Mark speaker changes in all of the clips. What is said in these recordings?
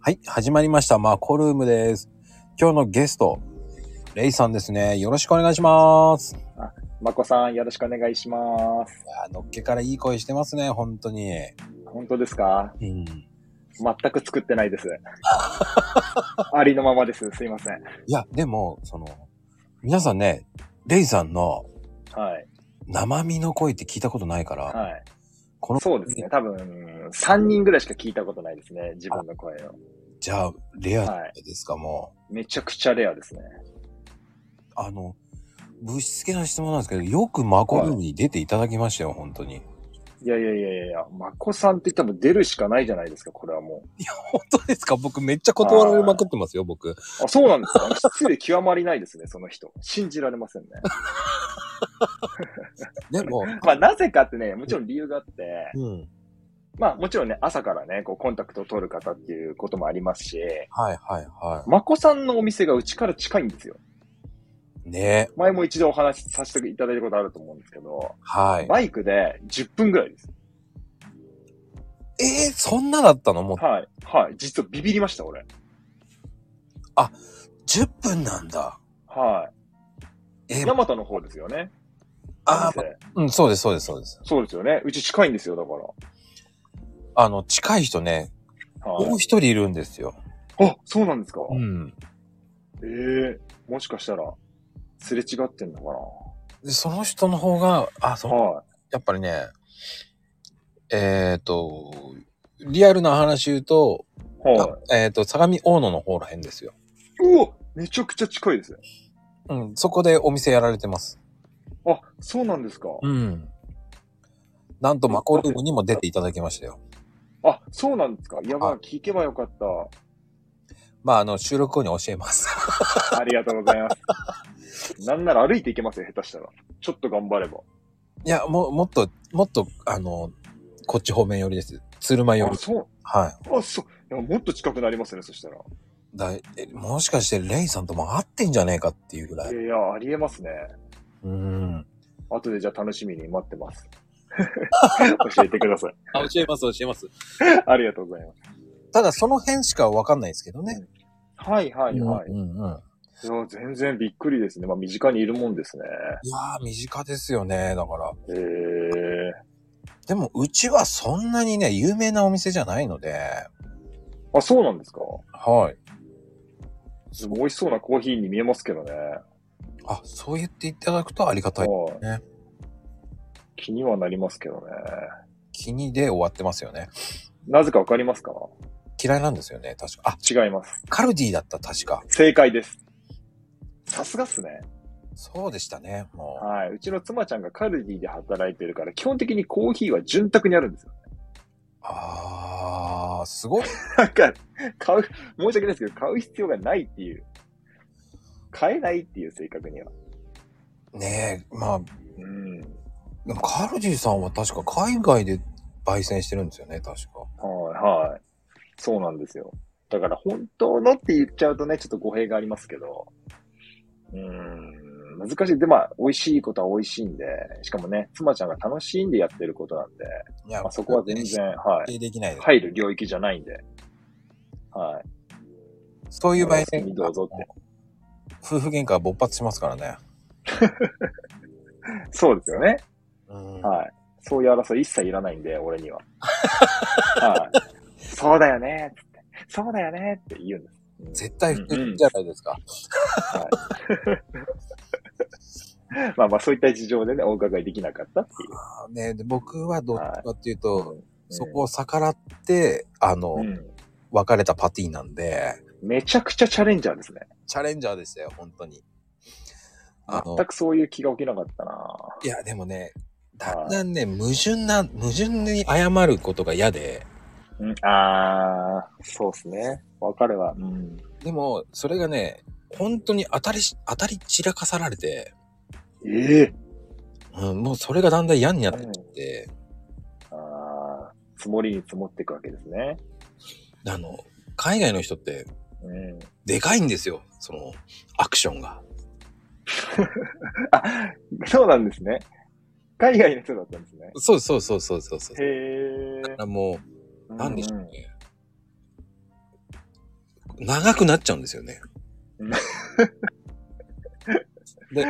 Speaker 1: はい、始まりました。マコルームです。今日のゲスト、レイさんですね。よろしくお願いします。い
Speaker 2: まこさん、よろしくお願いします。
Speaker 1: やーのっけからいい声してますね、本当に。
Speaker 2: 本当ですか
Speaker 1: うん。
Speaker 2: 全く作ってないです。 ありのままです。すいません。
Speaker 1: いや、でも、その、皆さんね、レイさんの
Speaker 2: はい。
Speaker 1: 生身の声って聞いたことないから、
Speaker 2: はい。
Speaker 1: この、
Speaker 2: そうですね。多分、3人ぐらいしか聞いたことないですね。自分の声を。
Speaker 1: じゃあ、レア
Speaker 2: はい。
Speaker 1: ですか、も
Speaker 2: めちゃくちゃレアですね。
Speaker 1: う。あの、ぶしつけな質問なんですけど、よくマコルームに出ていただきましたよ、本当に。
Speaker 2: いやいやいやいやいや、まこさんって多分出るしかないじゃないですか、これはも
Speaker 1: 本当ですか僕めっちゃ断られまくってますよ、僕。
Speaker 2: う。あ、そうなんですか 失礼極まりないですね、その人。信じられませんね。
Speaker 1: でも、
Speaker 2: まあ、なぜかってね、もちろん理由があって、
Speaker 1: うん。
Speaker 2: まあ、もちろんね、朝からね、こう、コンタクトを取る方っていうこともありますし、
Speaker 1: はいはいは
Speaker 2: まこさんのお店がうちから近いんですよ。
Speaker 1: い。ね
Speaker 2: 前も一度お話しさせていただいたことあると思うんですけど、
Speaker 1: はい。
Speaker 2: バイクで10分ぐらいです。
Speaker 1: えー、そんなだったのもう
Speaker 2: はい。はい。実はビビりました、俺。
Speaker 1: 10分なんだ。
Speaker 2: は
Speaker 1: え
Speaker 2: い。
Speaker 1: ー
Speaker 2: ヤ、マトの方ですよね。
Speaker 1: あ
Speaker 2: お
Speaker 1: ー、
Speaker 2: 店
Speaker 1: うん、そうですそうですそうです。
Speaker 2: そうですよね。うち近いんですよ、だか
Speaker 1: あの、近い人ね、
Speaker 2: ら。は
Speaker 1: もう
Speaker 2: い。
Speaker 1: 一人いるんですよ。
Speaker 2: あ、そうなんですか。
Speaker 1: うん。
Speaker 2: ええもしかしたら、すれ違ってんのか
Speaker 1: で、その人の方が、あ、そ
Speaker 2: な。
Speaker 1: の、
Speaker 2: は
Speaker 1: やっぱりね、えっ、と、リアルな話言うと、
Speaker 2: い。はい。
Speaker 1: えっ、と、相模大野の方らへんですよ。
Speaker 2: うわめちゃくちゃ近いです。
Speaker 1: うん、そこでお店やられてます。
Speaker 2: あ、そうなんですか。
Speaker 1: うん。なんとマコルームにも出ていただきましたよ。
Speaker 2: あ、そうなんですか。やば、
Speaker 1: はい
Speaker 2: 聞けばよかっ
Speaker 1: まあ、あの、収録後に教えます。
Speaker 2: た。ありがとうございます。なんなら歩いていけますよ、下手したら。ちょっと頑張れば。
Speaker 1: いや、も、もっと、もっと、あの、こっち方面寄りです。鶴舞寄
Speaker 2: あ、
Speaker 1: り。
Speaker 2: そう。
Speaker 1: は
Speaker 2: あ、そう。いやもっと近くなりますね、そしたら。
Speaker 1: い。だいえもしかして、レイさんとも会ってんじゃねえかっていうぐら
Speaker 2: い
Speaker 1: い。
Speaker 2: やいや、ありえますね。
Speaker 1: うん。
Speaker 2: 後でじゃあ楽しみに待って ます。教えてください。
Speaker 1: あ、教えます、教えます。
Speaker 2: ありがとうございます。
Speaker 1: ただ、その辺しかわかんないですけどね。
Speaker 2: はいはいはい。
Speaker 1: う
Speaker 2: い
Speaker 1: んうんうん。
Speaker 2: や、全然びっくりですね。まあ、身近にいるもんですね。
Speaker 1: いやー、身近ですよね。だから。
Speaker 2: ええ
Speaker 1: でも、うちはそんなにね、有名なお店じゃないので。
Speaker 2: あ、そうなんですか。
Speaker 1: はい。
Speaker 2: でも美味しそうなコーヒーに見えますけどね。
Speaker 1: あ、そう言っていただくとありがたい。
Speaker 2: はい
Speaker 1: ね
Speaker 2: 気にはなりますけどね。
Speaker 1: 気にで終わってますよね。
Speaker 2: なぜかわかりますか
Speaker 1: 嫌いなんですよね、確か。あ、
Speaker 2: 違います。
Speaker 1: カルディだった、確か。
Speaker 2: 正解です。さすがっすね。
Speaker 1: そうでしたね、もう。
Speaker 2: はい。うちの妻ちゃんがカルディで働いてるから、基本的にコーヒーは潤沢にあるんですよ。
Speaker 1: あー、すごい。
Speaker 2: なんか、買う、申し訳ないですけど、買う必要がないっていう。買えないっていう性格には。
Speaker 1: ねえ、まあ、
Speaker 2: うん。
Speaker 1: でもカルディさんは確か海外で焙煎してるんですよね、確か。
Speaker 2: はい、はい。そうなんですよ。だから、本当のって言っちゃうとね、ちょっと語弊がありますけど、うーん、難しい。で、まあ、美味しいことは美味しいんで、しかもね、妻ちゃんが楽しんでやってることなんで、
Speaker 1: いや
Speaker 2: まあ、そこは全然、は
Speaker 1: 否定
Speaker 2: い。
Speaker 1: できないです。
Speaker 2: 入る領域じゃないんで、はい。
Speaker 1: そういう焙
Speaker 2: お好き
Speaker 1: 煎
Speaker 2: にどうぞって
Speaker 1: 夫婦喧嘩は勃発しますからね。
Speaker 2: そうですよね。
Speaker 1: うん。
Speaker 2: はい。そういう争い一切いらないんで、俺 には。はい。そうだよねっつって。そうだよねって言うんです。うん
Speaker 1: 絶対不敵じゃないですか。
Speaker 2: まあまあ、そういった事情でね、お伺いできなかったっていう。
Speaker 1: あーねで僕はどっちかっていうと、
Speaker 2: うん
Speaker 1: そこを逆らって、あの、
Speaker 2: うん
Speaker 1: 別れたパティなんで、
Speaker 2: めちゃくちゃチャレンジャーですね。
Speaker 1: チャレンジャーでしたよ、本当に。あの
Speaker 2: 全、くそういう気が起きなかったない
Speaker 1: や、でもね、だんだんね、矛盾な、矛盾に謝ることが嫌で、
Speaker 2: うん、あー、そうですね。別れは。うん。
Speaker 1: でも、それがね、本当に当たりし、当たり散らかさられて、
Speaker 2: ええ
Speaker 1: うん、もうそれがだんだん嫌になってきて、
Speaker 2: あー、積もりに積もっていくわけですね。
Speaker 1: あの、海外の人って、
Speaker 2: うん。
Speaker 1: でかいんですよ、その、アクションが。
Speaker 2: あ、そうなんですね。海外の人だったんですね。
Speaker 1: そうそうそうそうそうそう。
Speaker 2: へ
Speaker 1: だからもう、
Speaker 2: ー。
Speaker 1: なんでしょうね。長くなっちゃうんですよね。で、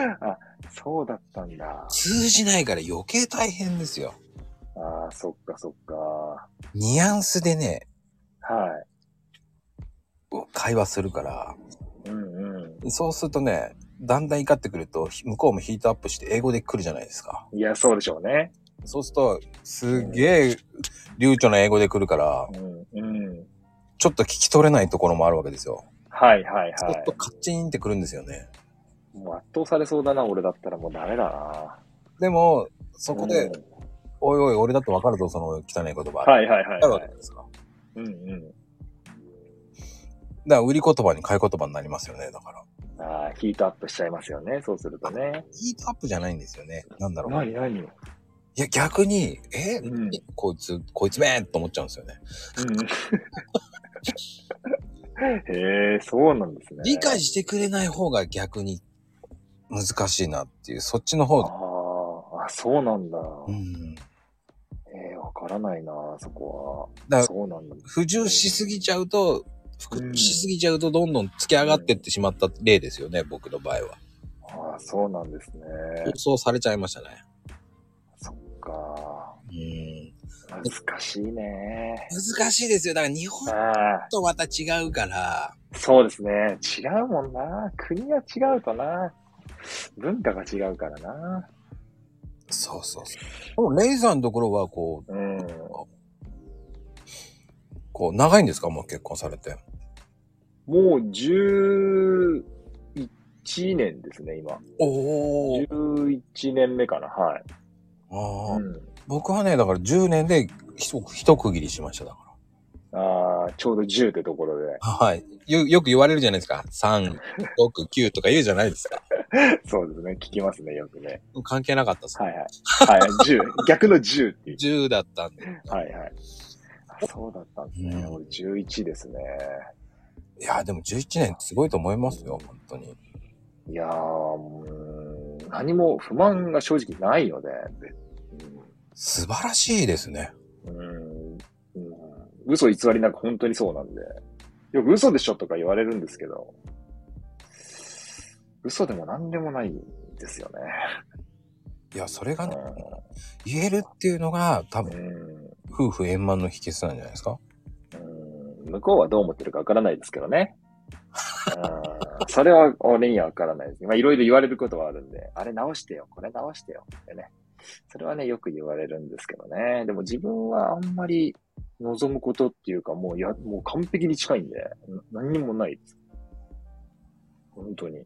Speaker 2: そうだったんだ。
Speaker 1: 通じないから余計大変ですよ。
Speaker 2: ああ、そっかそっか。は
Speaker 1: ニュアンスでね、
Speaker 2: い。
Speaker 1: 会話するから、
Speaker 2: うんう
Speaker 1: そうするとね、だんだん怒ってくると、向こうもヒートアップして英語で来るじゃないですか。
Speaker 2: ん。いや、そうでしょうね。
Speaker 1: そうすると、すげえ流暢な英語で来るから、
Speaker 2: うんうん。
Speaker 1: ちょっと聞き取れないところもあるわけですよ。
Speaker 2: はいはい
Speaker 1: そうす
Speaker 2: は
Speaker 1: るとカッチンって来るんですよね。
Speaker 2: い。もう圧倒されそうだな、俺だったらもうダメだな。
Speaker 1: でも、そこで、
Speaker 2: うん
Speaker 1: おいおい、俺だってわかるぞ、その汚い言葉。
Speaker 2: はいはいは
Speaker 1: あ
Speaker 2: い、
Speaker 1: るわ
Speaker 2: は
Speaker 1: け
Speaker 2: い。
Speaker 1: ですか。だか
Speaker 2: うんう
Speaker 1: ら、売り言葉に買い言葉になりますよね、だから。
Speaker 2: ん。ああ、ヒートアップしちゃいますよね。そうするとね。
Speaker 1: ヒートアップじゃないんですよね。なんだろう。
Speaker 2: 何何うん。
Speaker 1: いや、逆に、え、
Speaker 2: うん
Speaker 1: こいつ、こいつめーと思っちゃうんですよね。
Speaker 2: へえ、そうなんですね。
Speaker 1: 理解してくれない方が逆に難しいなっていう、そっちの方
Speaker 2: あ。ーあ、そうなんだ。
Speaker 1: うん。
Speaker 2: ええわからないな、そこ
Speaker 1: だ
Speaker 2: は。
Speaker 1: から、
Speaker 2: そうなんだ。
Speaker 1: 不自由しすぎちゃうと、服
Speaker 2: うん
Speaker 1: しすぎちゃうと、どんどん突き上がってってしまった例ですよね、僕の場合は。
Speaker 2: ああ、そうなんですね。
Speaker 1: そうされちゃいましたね。
Speaker 2: そっか。
Speaker 1: うん。
Speaker 2: 難しいね。
Speaker 1: 難しいですよ。だから日本
Speaker 2: ああ、
Speaker 1: とまた違うから、
Speaker 2: そうですね。違うもんな。国が違うとな。文化が違うからな。
Speaker 1: そうそうそう。でもレイさんのところは、こう、
Speaker 2: うん。
Speaker 1: こう、長いんですかもう結婚されて。
Speaker 2: もう11年ですね、今。
Speaker 1: お。
Speaker 2: 11年目かな、はい。
Speaker 1: ああ、
Speaker 2: うん、
Speaker 1: 僕はね、だから10年でひと一区切りしました、だか
Speaker 2: ああ、ちょうど10ってところで。
Speaker 1: ら。はい。よ、よく言われるじゃないですか。3、6、9とか言うじゃないですか。
Speaker 2: そうですね、聞きますね、よくね。
Speaker 1: 関係なかったです。
Speaker 2: はいはい。はい、10。逆の10っていう。
Speaker 1: 10だったんで。
Speaker 2: はいはい。あそうだったんですね。
Speaker 1: うん
Speaker 2: 俺11ですね。
Speaker 1: いや、でも11年すごいと思いますよ、本当に。
Speaker 2: いやー、うーん何も不満が正直ないので、で
Speaker 1: 素晴らしいですね。
Speaker 2: うんうんうん、嘘偽りなく本当にそうなんで、よく嘘でしょとか言われるんですけど、嘘でも何でもないんですよね。
Speaker 1: いや、それがね、言えるっていうのが多
Speaker 2: う
Speaker 1: 分、
Speaker 2: ん
Speaker 1: 夫婦円満の秘訣なんじゃないですか
Speaker 2: うん向こうはどう思ってるかわからないですけどね。うんそれは俺にはわからないです。まあいろいろ言われることはあるんで、あれ直してよ、これ直してよってね。それはね、よく言われるんですけどね。でも自分はあんまり望むことっていうか、もうや、もう完璧に近いんで、な何にもないです。本当に。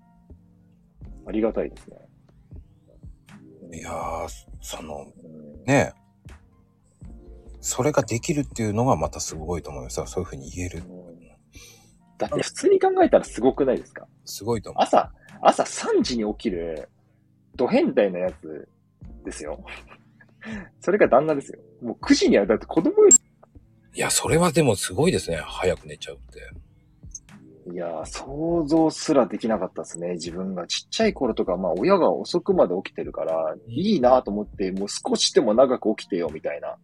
Speaker 2: ありがたいですね。
Speaker 1: いやー、その、
Speaker 2: うん
Speaker 1: ねそれができるっていうのがまたすごいと思いますよそういうふうに言える
Speaker 2: だって普通に考えたらすごくないですか
Speaker 1: すごいと思う
Speaker 2: 朝、朝3時に起きる、ド変態なやつですよ。 それが旦那ですよ。もう9時には、だって子供よ
Speaker 1: いやそれはでもすごいですね早く寝ちゃうって
Speaker 2: り、いやー、想像すらできなかったですね。自分がちっちゃい頃とか、まあ親が遅くまで起きてるから、いいなと思って、もう少しでも長く起きてよ、みたいな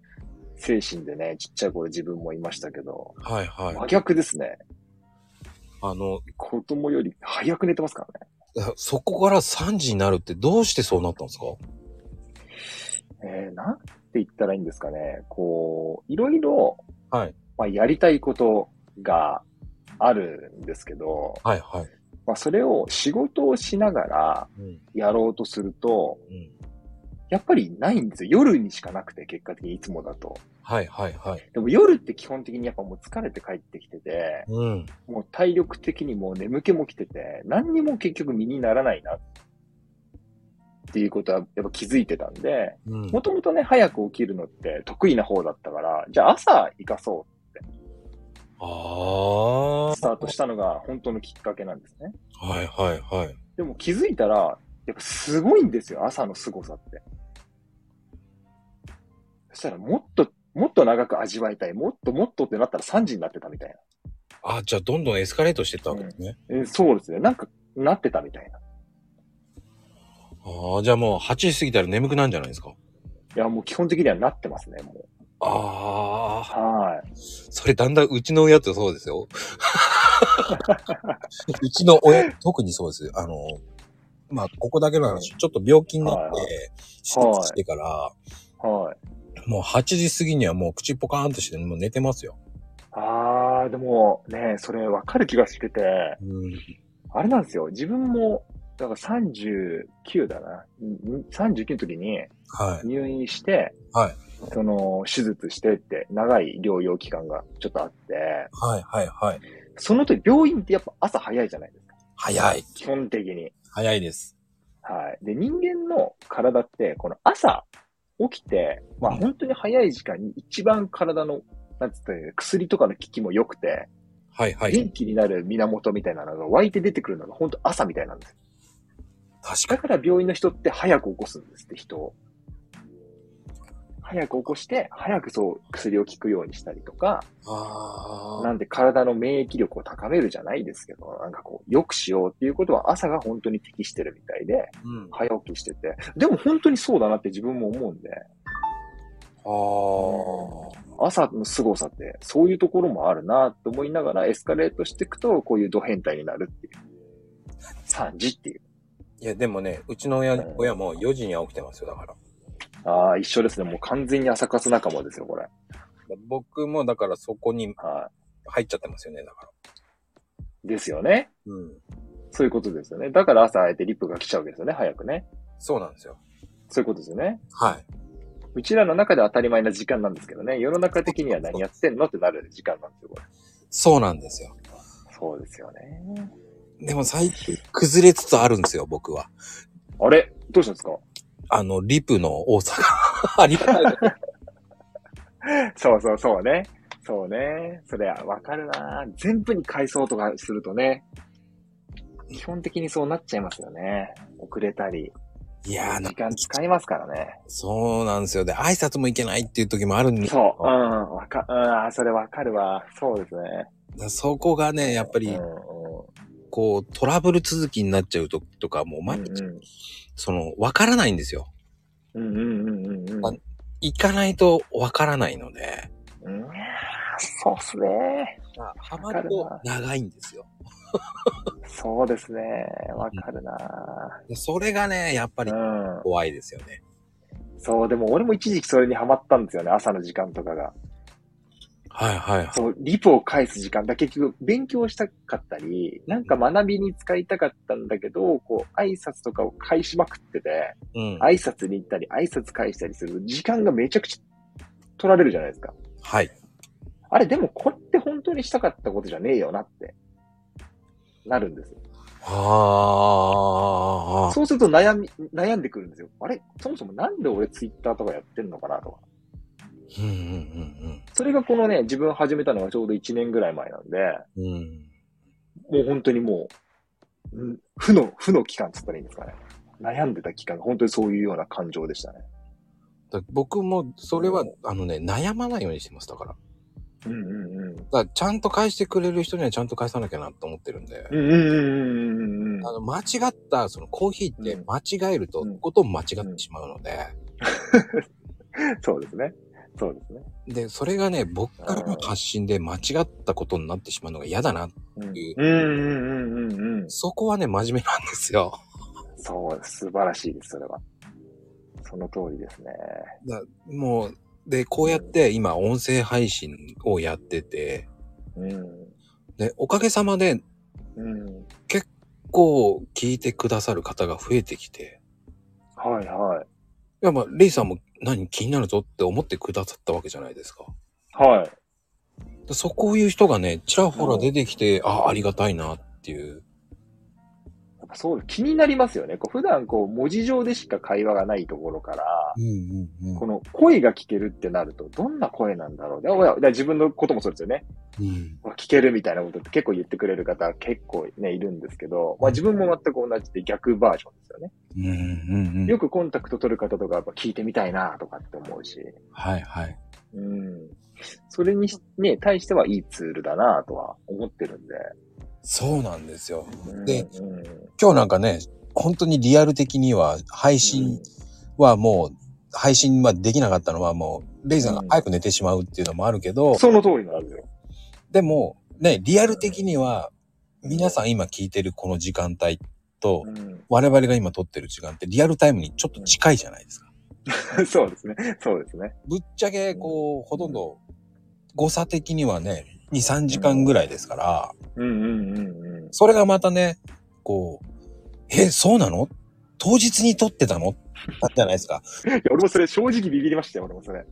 Speaker 2: 精神でね、ちっちゃい頃自分もいましたけど、
Speaker 1: はいはい
Speaker 2: 真逆ですね。
Speaker 1: あの
Speaker 2: 子供より早く寝てますからね。
Speaker 1: そこから3時になるってどうしてそうなったんですか
Speaker 2: えー、なんて言ったらいいんですかね。こう、いろいろ、
Speaker 1: はい
Speaker 2: まあ、やりたいことがあるんですけど、
Speaker 1: はいはい、
Speaker 2: まあ、それを仕事をしながら
Speaker 1: うん
Speaker 2: やろうとすると、
Speaker 1: うん、
Speaker 2: やっぱりないんですよ。夜にしかなくて、結果的にいつもだと。
Speaker 1: はいはいはい
Speaker 2: でも夜って基本的にやっぱもう疲れて帰ってきてて、
Speaker 1: うん
Speaker 2: もう体力的にもう眠気も来てて、何にも結局身にならないなっていうことはやっぱ気づいてたんで、
Speaker 1: うん
Speaker 2: もともとね、早く起きるのって得意な方だったから、じゃあ朝生かそ
Speaker 1: ああは
Speaker 2: う、スタートしたのが本当のきっかけなんですね。
Speaker 1: いはいはい
Speaker 2: でも気づいたら、やっぱすごいんですよ、朝の凄さって。そしたらもっと、もっと長く味わいたい、もっともっとってなったら3時になってたみたい
Speaker 1: あじゃあどんどんエスカレートしてったわけですね、
Speaker 2: な。えそうですね、なんかなってたみたいな。
Speaker 1: ああじゃあもう8時過ぎたら眠くなるんじゃないですか
Speaker 2: いや、もう基本的にはなってますね、もう。
Speaker 1: ああ
Speaker 2: はい。
Speaker 1: それだんだんうちの親ってそうですようちの親、特にそうです。あの、まあ、ここだけの話、ちょっと病気になって
Speaker 2: はい、
Speaker 1: 手術してから、
Speaker 2: はい。
Speaker 1: もう8時過ぎにはもう口ポカーンとして、もう寝てますよ。
Speaker 2: あー、でもね、それわかる気がしてて、
Speaker 1: うん。
Speaker 2: あれなんですよ。自分も、だから39だな。ん39の時に
Speaker 1: はい。
Speaker 2: 入院して、
Speaker 1: はい
Speaker 2: その、手術してって、長い療養期間がちょっとあって、
Speaker 1: はい、はい、はい。
Speaker 2: その時病院ってやっぱ朝早いじゃないですか。
Speaker 1: 早い。
Speaker 2: 基本的に。
Speaker 1: 早いです。
Speaker 2: はい。で、人間の体って、この朝起きて、まあ
Speaker 1: うん
Speaker 2: 本当に早い時間に一番体の、なんつったらいいの薬とかの効きも良くて、
Speaker 1: はい、はい。
Speaker 2: 元気になる源みたいなのが湧いて出てくるのが本当朝みたいなんですよ。
Speaker 1: 確か
Speaker 2: だ
Speaker 1: に。
Speaker 2: から病院の人って早く起こすんですって、人を。早く起こして、早くそう薬を効くようにしたりとか、
Speaker 1: あ
Speaker 2: なんで体の免疫力を高めるじゃないですけど、なんかこう、良くしようっていうことは朝が本当に適してるみたいで、
Speaker 1: ー。うん。
Speaker 2: 早起きしてて。でも本当にそうだなって自分も思うんで、
Speaker 1: ああ。
Speaker 2: 朝の凄さってそういうところもあるなと思いながらエスカレートしていくと、こういうド変態になるっていう。3時っていう。
Speaker 1: いや、でもね、うちの親親も4時には起きてますよ、だから。
Speaker 2: ああ、一緒ですね。もう完全に朝活仲間ですよ、これ。
Speaker 1: 僕もだからそこに
Speaker 2: は
Speaker 1: 入っちゃってますよね、だから。
Speaker 2: い。ですよね。
Speaker 1: うん。
Speaker 2: そういうことですよね。だから朝あえてリップが来ちゃうわけですよね、早くね。
Speaker 1: そうなんですよ。
Speaker 2: そういうことですよね。
Speaker 1: はい。
Speaker 2: うちらの中で当たり前な時間なんですけどね。世の中的には何やってんのってなる時間なんですよ、これ。
Speaker 1: そうなんですよ。
Speaker 2: そうですよね。
Speaker 1: でも最近崩れつつあるんですよ、僕は。
Speaker 2: あれどうしたんですか
Speaker 1: あの、リプの多さが。 リプ
Speaker 2: そうそうそうね。そうね。それはわかるな全部に改装とかするとね。基本的にそうなっちゃいますよね。遅れたり。
Speaker 1: いやーな
Speaker 2: 時、間使いますからね。
Speaker 1: そうなんですよ。で、挨拶もいけないっていう時もあるんで、だか
Speaker 2: そう。うん。わか、うんあ。それわかるわ。そうですね。
Speaker 1: らそこがね、やっぱ
Speaker 2: うん
Speaker 1: り、
Speaker 2: うん
Speaker 1: こう、トラブル続きになっちゃう時とか、もう毎日、その、わからないんですよ。
Speaker 2: うんうんうんうんうんうん。
Speaker 1: 行かないとわからないので、
Speaker 2: うん、そうっすね。
Speaker 1: ハマると長いんですよ。
Speaker 2: そうですね。わかるな、
Speaker 1: でそれがね、やっぱり
Speaker 2: うん。
Speaker 1: 怖いですよね。
Speaker 2: そう、でも俺も一時期それにハマったんですよね。朝の時間とかが。
Speaker 1: はいはいはい。
Speaker 2: そう、リプを返す時間だ。結局、勉強したかったり、なんか学びに使いたかったんだけど、こう、挨拶とかを返しまくってて、
Speaker 1: うん。
Speaker 2: 挨拶に行ったり、挨拶返したりすると、時間がめちゃくちゃ取られるじゃないですか。
Speaker 1: はい。
Speaker 2: あれ、でもこれって本当にしたかったことじゃねえよなって、なるんですよ。
Speaker 1: ああ。
Speaker 2: そうすると悩み、悩んでくるんですよ。あれそもそもなんで俺ツイッターとかやってんのかなとか。
Speaker 1: うんうん
Speaker 2: それがこのね、自分始めたのがちょうど1年ぐらい前なんで、
Speaker 1: うんうん。うん。
Speaker 2: もう本当にもう、うん負の、負の期間っつったらいいんですかね。悩んでた期間が本当にそういうような感情でしたね。
Speaker 1: だ僕も、それは、あのね、悩まないようにしてます、だから。
Speaker 2: うんうんうん。
Speaker 1: だからちゃんと返してくれる人にはちゃんと返さなきゃなと思ってるんで。
Speaker 2: うんうんうんうんうん
Speaker 1: あの、間違った、そのコーヒーって
Speaker 2: うん
Speaker 1: 間違えると、
Speaker 2: うん
Speaker 1: ことを間違ってしまうので、
Speaker 2: そうですね。そうですね。
Speaker 1: で、それがね、僕からの発信で間違ったことになってしまうのが嫌だな。
Speaker 2: うん
Speaker 1: い
Speaker 2: うんうんうんうんうん。
Speaker 1: そこはね、真面目なんですよ。
Speaker 2: そう、素晴らしいです、それは。その通りですね。
Speaker 1: だもう、で、こうやって今、音声配信をやってて、
Speaker 2: う
Speaker 1: で、おかげさまで、
Speaker 2: ん。うん。
Speaker 1: こう、聞いてくださる方が増えてきて、
Speaker 2: はいはい。
Speaker 1: いや、まあ、レイさんも何気になるぞって思ってくださったわけじゃないですか。
Speaker 2: はい。
Speaker 1: でそこういう人がね、ちらほら出てきて、あ、ありがたいなっていう。
Speaker 2: やっぱそう、気になりますよね。こう普段こう、文字上でしか会話がないところから、
Speaker 1: うんうん
Speaker 2: この声が聞けるってなると、どんな声なんだろう。でおやで自分のこともそうですよね。
Speaker 1: うん。
Speaker 2: 聞けるみたいなことって結構言ってくれる方結構ね、いるんですけど、まあ自分も全く同じで逆バージョンですよね。
Speaker 1: うんうんうん。
Speaker 2: よくコンタクト取る方とかやっぱ聞いてみたいなとかって思うし、
Speaker 1: はいはい。
Speaker 2: うん。それにしね、対してはいいツールだなとは思ってるんで。
Speaker 1: そうなんですよ。
Speaker 2: うん
Speaker 1: で
Speaker 2: うん
Speaker 1: 今日なんかね、本当にリアル的には、配信はもう、配信はできなかったのはもう、レイさんが早く寝てしまうっていうのもあるけど、
Speaker 2: その通りなんですよ。
Speaker 1: でも、ね、リアル的には、皆さん今聞いてるこの時間帯と
Speaker 2: う、ん
Speaker 1: 我々が今撮ってる時間ってリアルタイムにちょっと近いじゃないですか。
Speaker 2: そうですね。そうですね。
Speaker 1: ぶっちゃけ、こう、ほとんど、誤差的にはね、2、3時間ぐらいですから、
Speaker 2: うんうんうんうん。
Speaker 1: それがまたね、こう、え、そうなの当日に撮ってたのだったじゃないですか。
Speaker 2: いや俺もそれ正直ビビりましたよ、俺もそれ。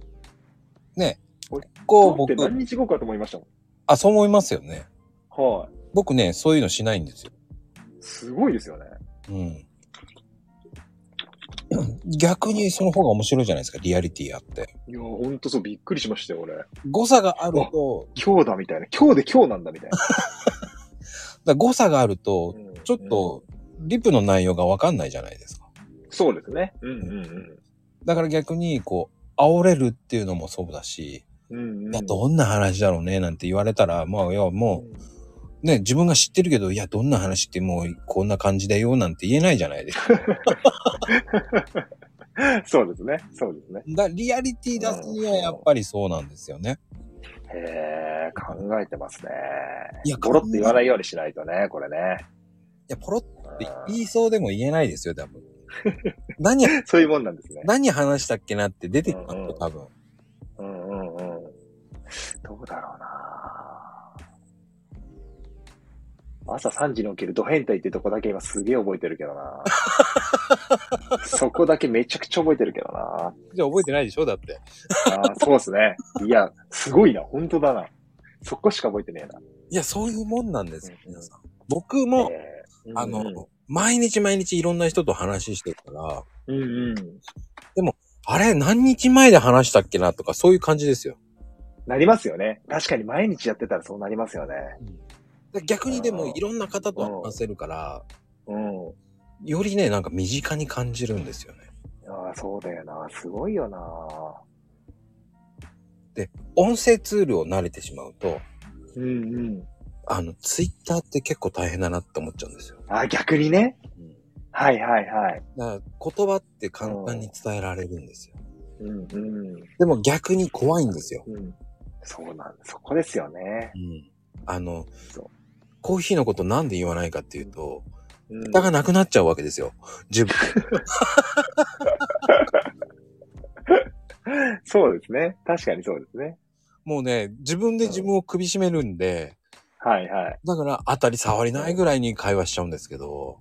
Speaker 1: こう、
Speaker 2: 撮って
Speaker 1: 僕、
Speaker 2: 何日後かと思いましたも
Speaker 1: あ、そう思いますよね。
Speaker 2: ん。はい。
Speaker 1: 僕ね、そういうのしないんですよ。
Speaker 2: すごいですよね。
Speaker 1: うん。逆にその方が面白いじゃないですか、リアリティあって。
Speaker 2: いや、ほんとそう、びっくりしましたよ、俺。
Speaker 1: 誤差があると、
Speaker 2: 今日だみたいな。今日で今日なんだみたいな。
Speaker 1: だから誤差があると、
Speaker 2: うん
Speaker 1: ちょっと、リプの内容がわかんないじゃないですか。
Speaker 2: うんそうですね。うんうん
Speaker 1: だから逆に、こう、煽れるっていうのもそうだし、
Speaker 2: うん。うんうん、
Speaker 1: いや、どんな話だろうね、なんて言われたら、まあ、いや、もう、ね、自分が知ってるけど、いや、どんな話ってもうこんな感じだよなんて言えないじゃないですか。
Speaker 2: そうですね。そうですね。
Speaker 1: だリアリティ出すにはやっぱりそうなんですよね。
Speaker 2: へえ、考えてますね。
Speaker 1: いや
Speaker 2: ボロって言わないようにしないとね、これね。
Speaker 1: いや、ポロって
Speaker 2: うん
Speaker 1: 言いそうでも言えないですよ、多 分。何、
Speaker 2: そういうもんなんですね。
Speaker 1: 何話したっけなって出てきますよ、多分。
Speaker 2: うんうんうん。どうだろうな朝3時に起きるド変態ってとこだけ今すげえ覚えてるけ どなそこだけめちゃくちゃ覚えてるけどな
Speaker 1: じゃあ覚えてないでしょだって。
Speaker 2: あーそうですね。いや、すごいな。本当だな。そこしか覚えてねえな。
Speaker 1: いや、そういうもんなんですよ、
Speaker 2: うん
Speaker 1: 皆さん。僕も、
Speaker 2: えー
Speaker 1: あの、
Speaker 2: うん
Speaker 1: 毎日毎日いろんな人と話してるから、
Speaker 2: うん。
Speaker 1: あれ、何日前で話したっけなとか、そういう感じですよ。
Speaker 2: なりますよね。確かに毎日やってたらそうなりますよね。
Speaker 1: だから逆にでも
Speaker 2: うん
Speaker 1: いろんな方と話せるから、
Speaker 2: うん。
Speaker 1: よりね、なんか身近に感じるんですよね。
Speaker 2: ああ、そうだよな。すごいよな。
Speaker 1: 音声ツールを慣れてしまうと、
Speaker 2: うんうん。
Speaker 1: あの、ツイッターって結構大変だなって思っちゃうんですよ。
Speaker 2: あ、逆にね。はいはいはい。
Speaker 1: だから言葉って簡単に伝えられるんですよ。
Speaker 2: うんうん。
Speaker 1: でも逆に怖いんですよ。
Speaker 2: うん。そうなんそこですよね。
Speaker 1: うん。あの
Speaker 2: そう、
Speaker 1: コーヒーのことなんで言わないかっていうと、
Speaker 2: うん
Speaker 1: 蓋がなくなっちゃうわけですよ。自 分。
Speaker 2: そうですね。確かにそうですね。
Speaker 1: もうね、自分で自分を首絞めるんで、
Speaker 2: はいはい。
Speaker 1: だから当たり障りないぐらいに会話しちゃうんですけど、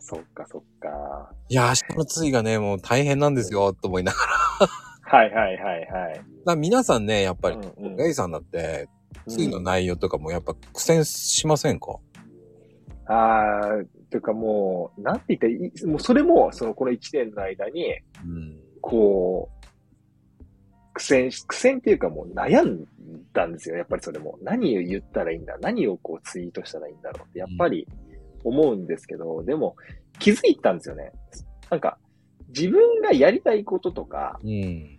Speaker 2: そそっかそっか。
Speaker 1: いや、明日のついがね、もう大変なんですよ、と思いながら。だ
Speaker 2: はいはいはいはい。
Speaker 1: から皆さんね、やっぱり、
Speaker 2: うんうん
Speaker 1: レイさんだって、ついの
Speaker 2: うん
Speaker 1: 内容とかもやっぱ苦戦しませんか、
Speaker 2: ああ、というかもう、なんて言ったらいい、もうそれも、その、この1年の間に、
Speaker 1: うん、
Speaker 2: こう、苦戦し、苦戦っていうかもう悩んだんですよ。やっぱりそれも。何を言ったらいいんだ何をこうツイートしたらいいんだろうって、やっぱり思うんですけど、でも気づいたんですよね。なんか、自分がやりたいこととか、
Speaker 1: うん。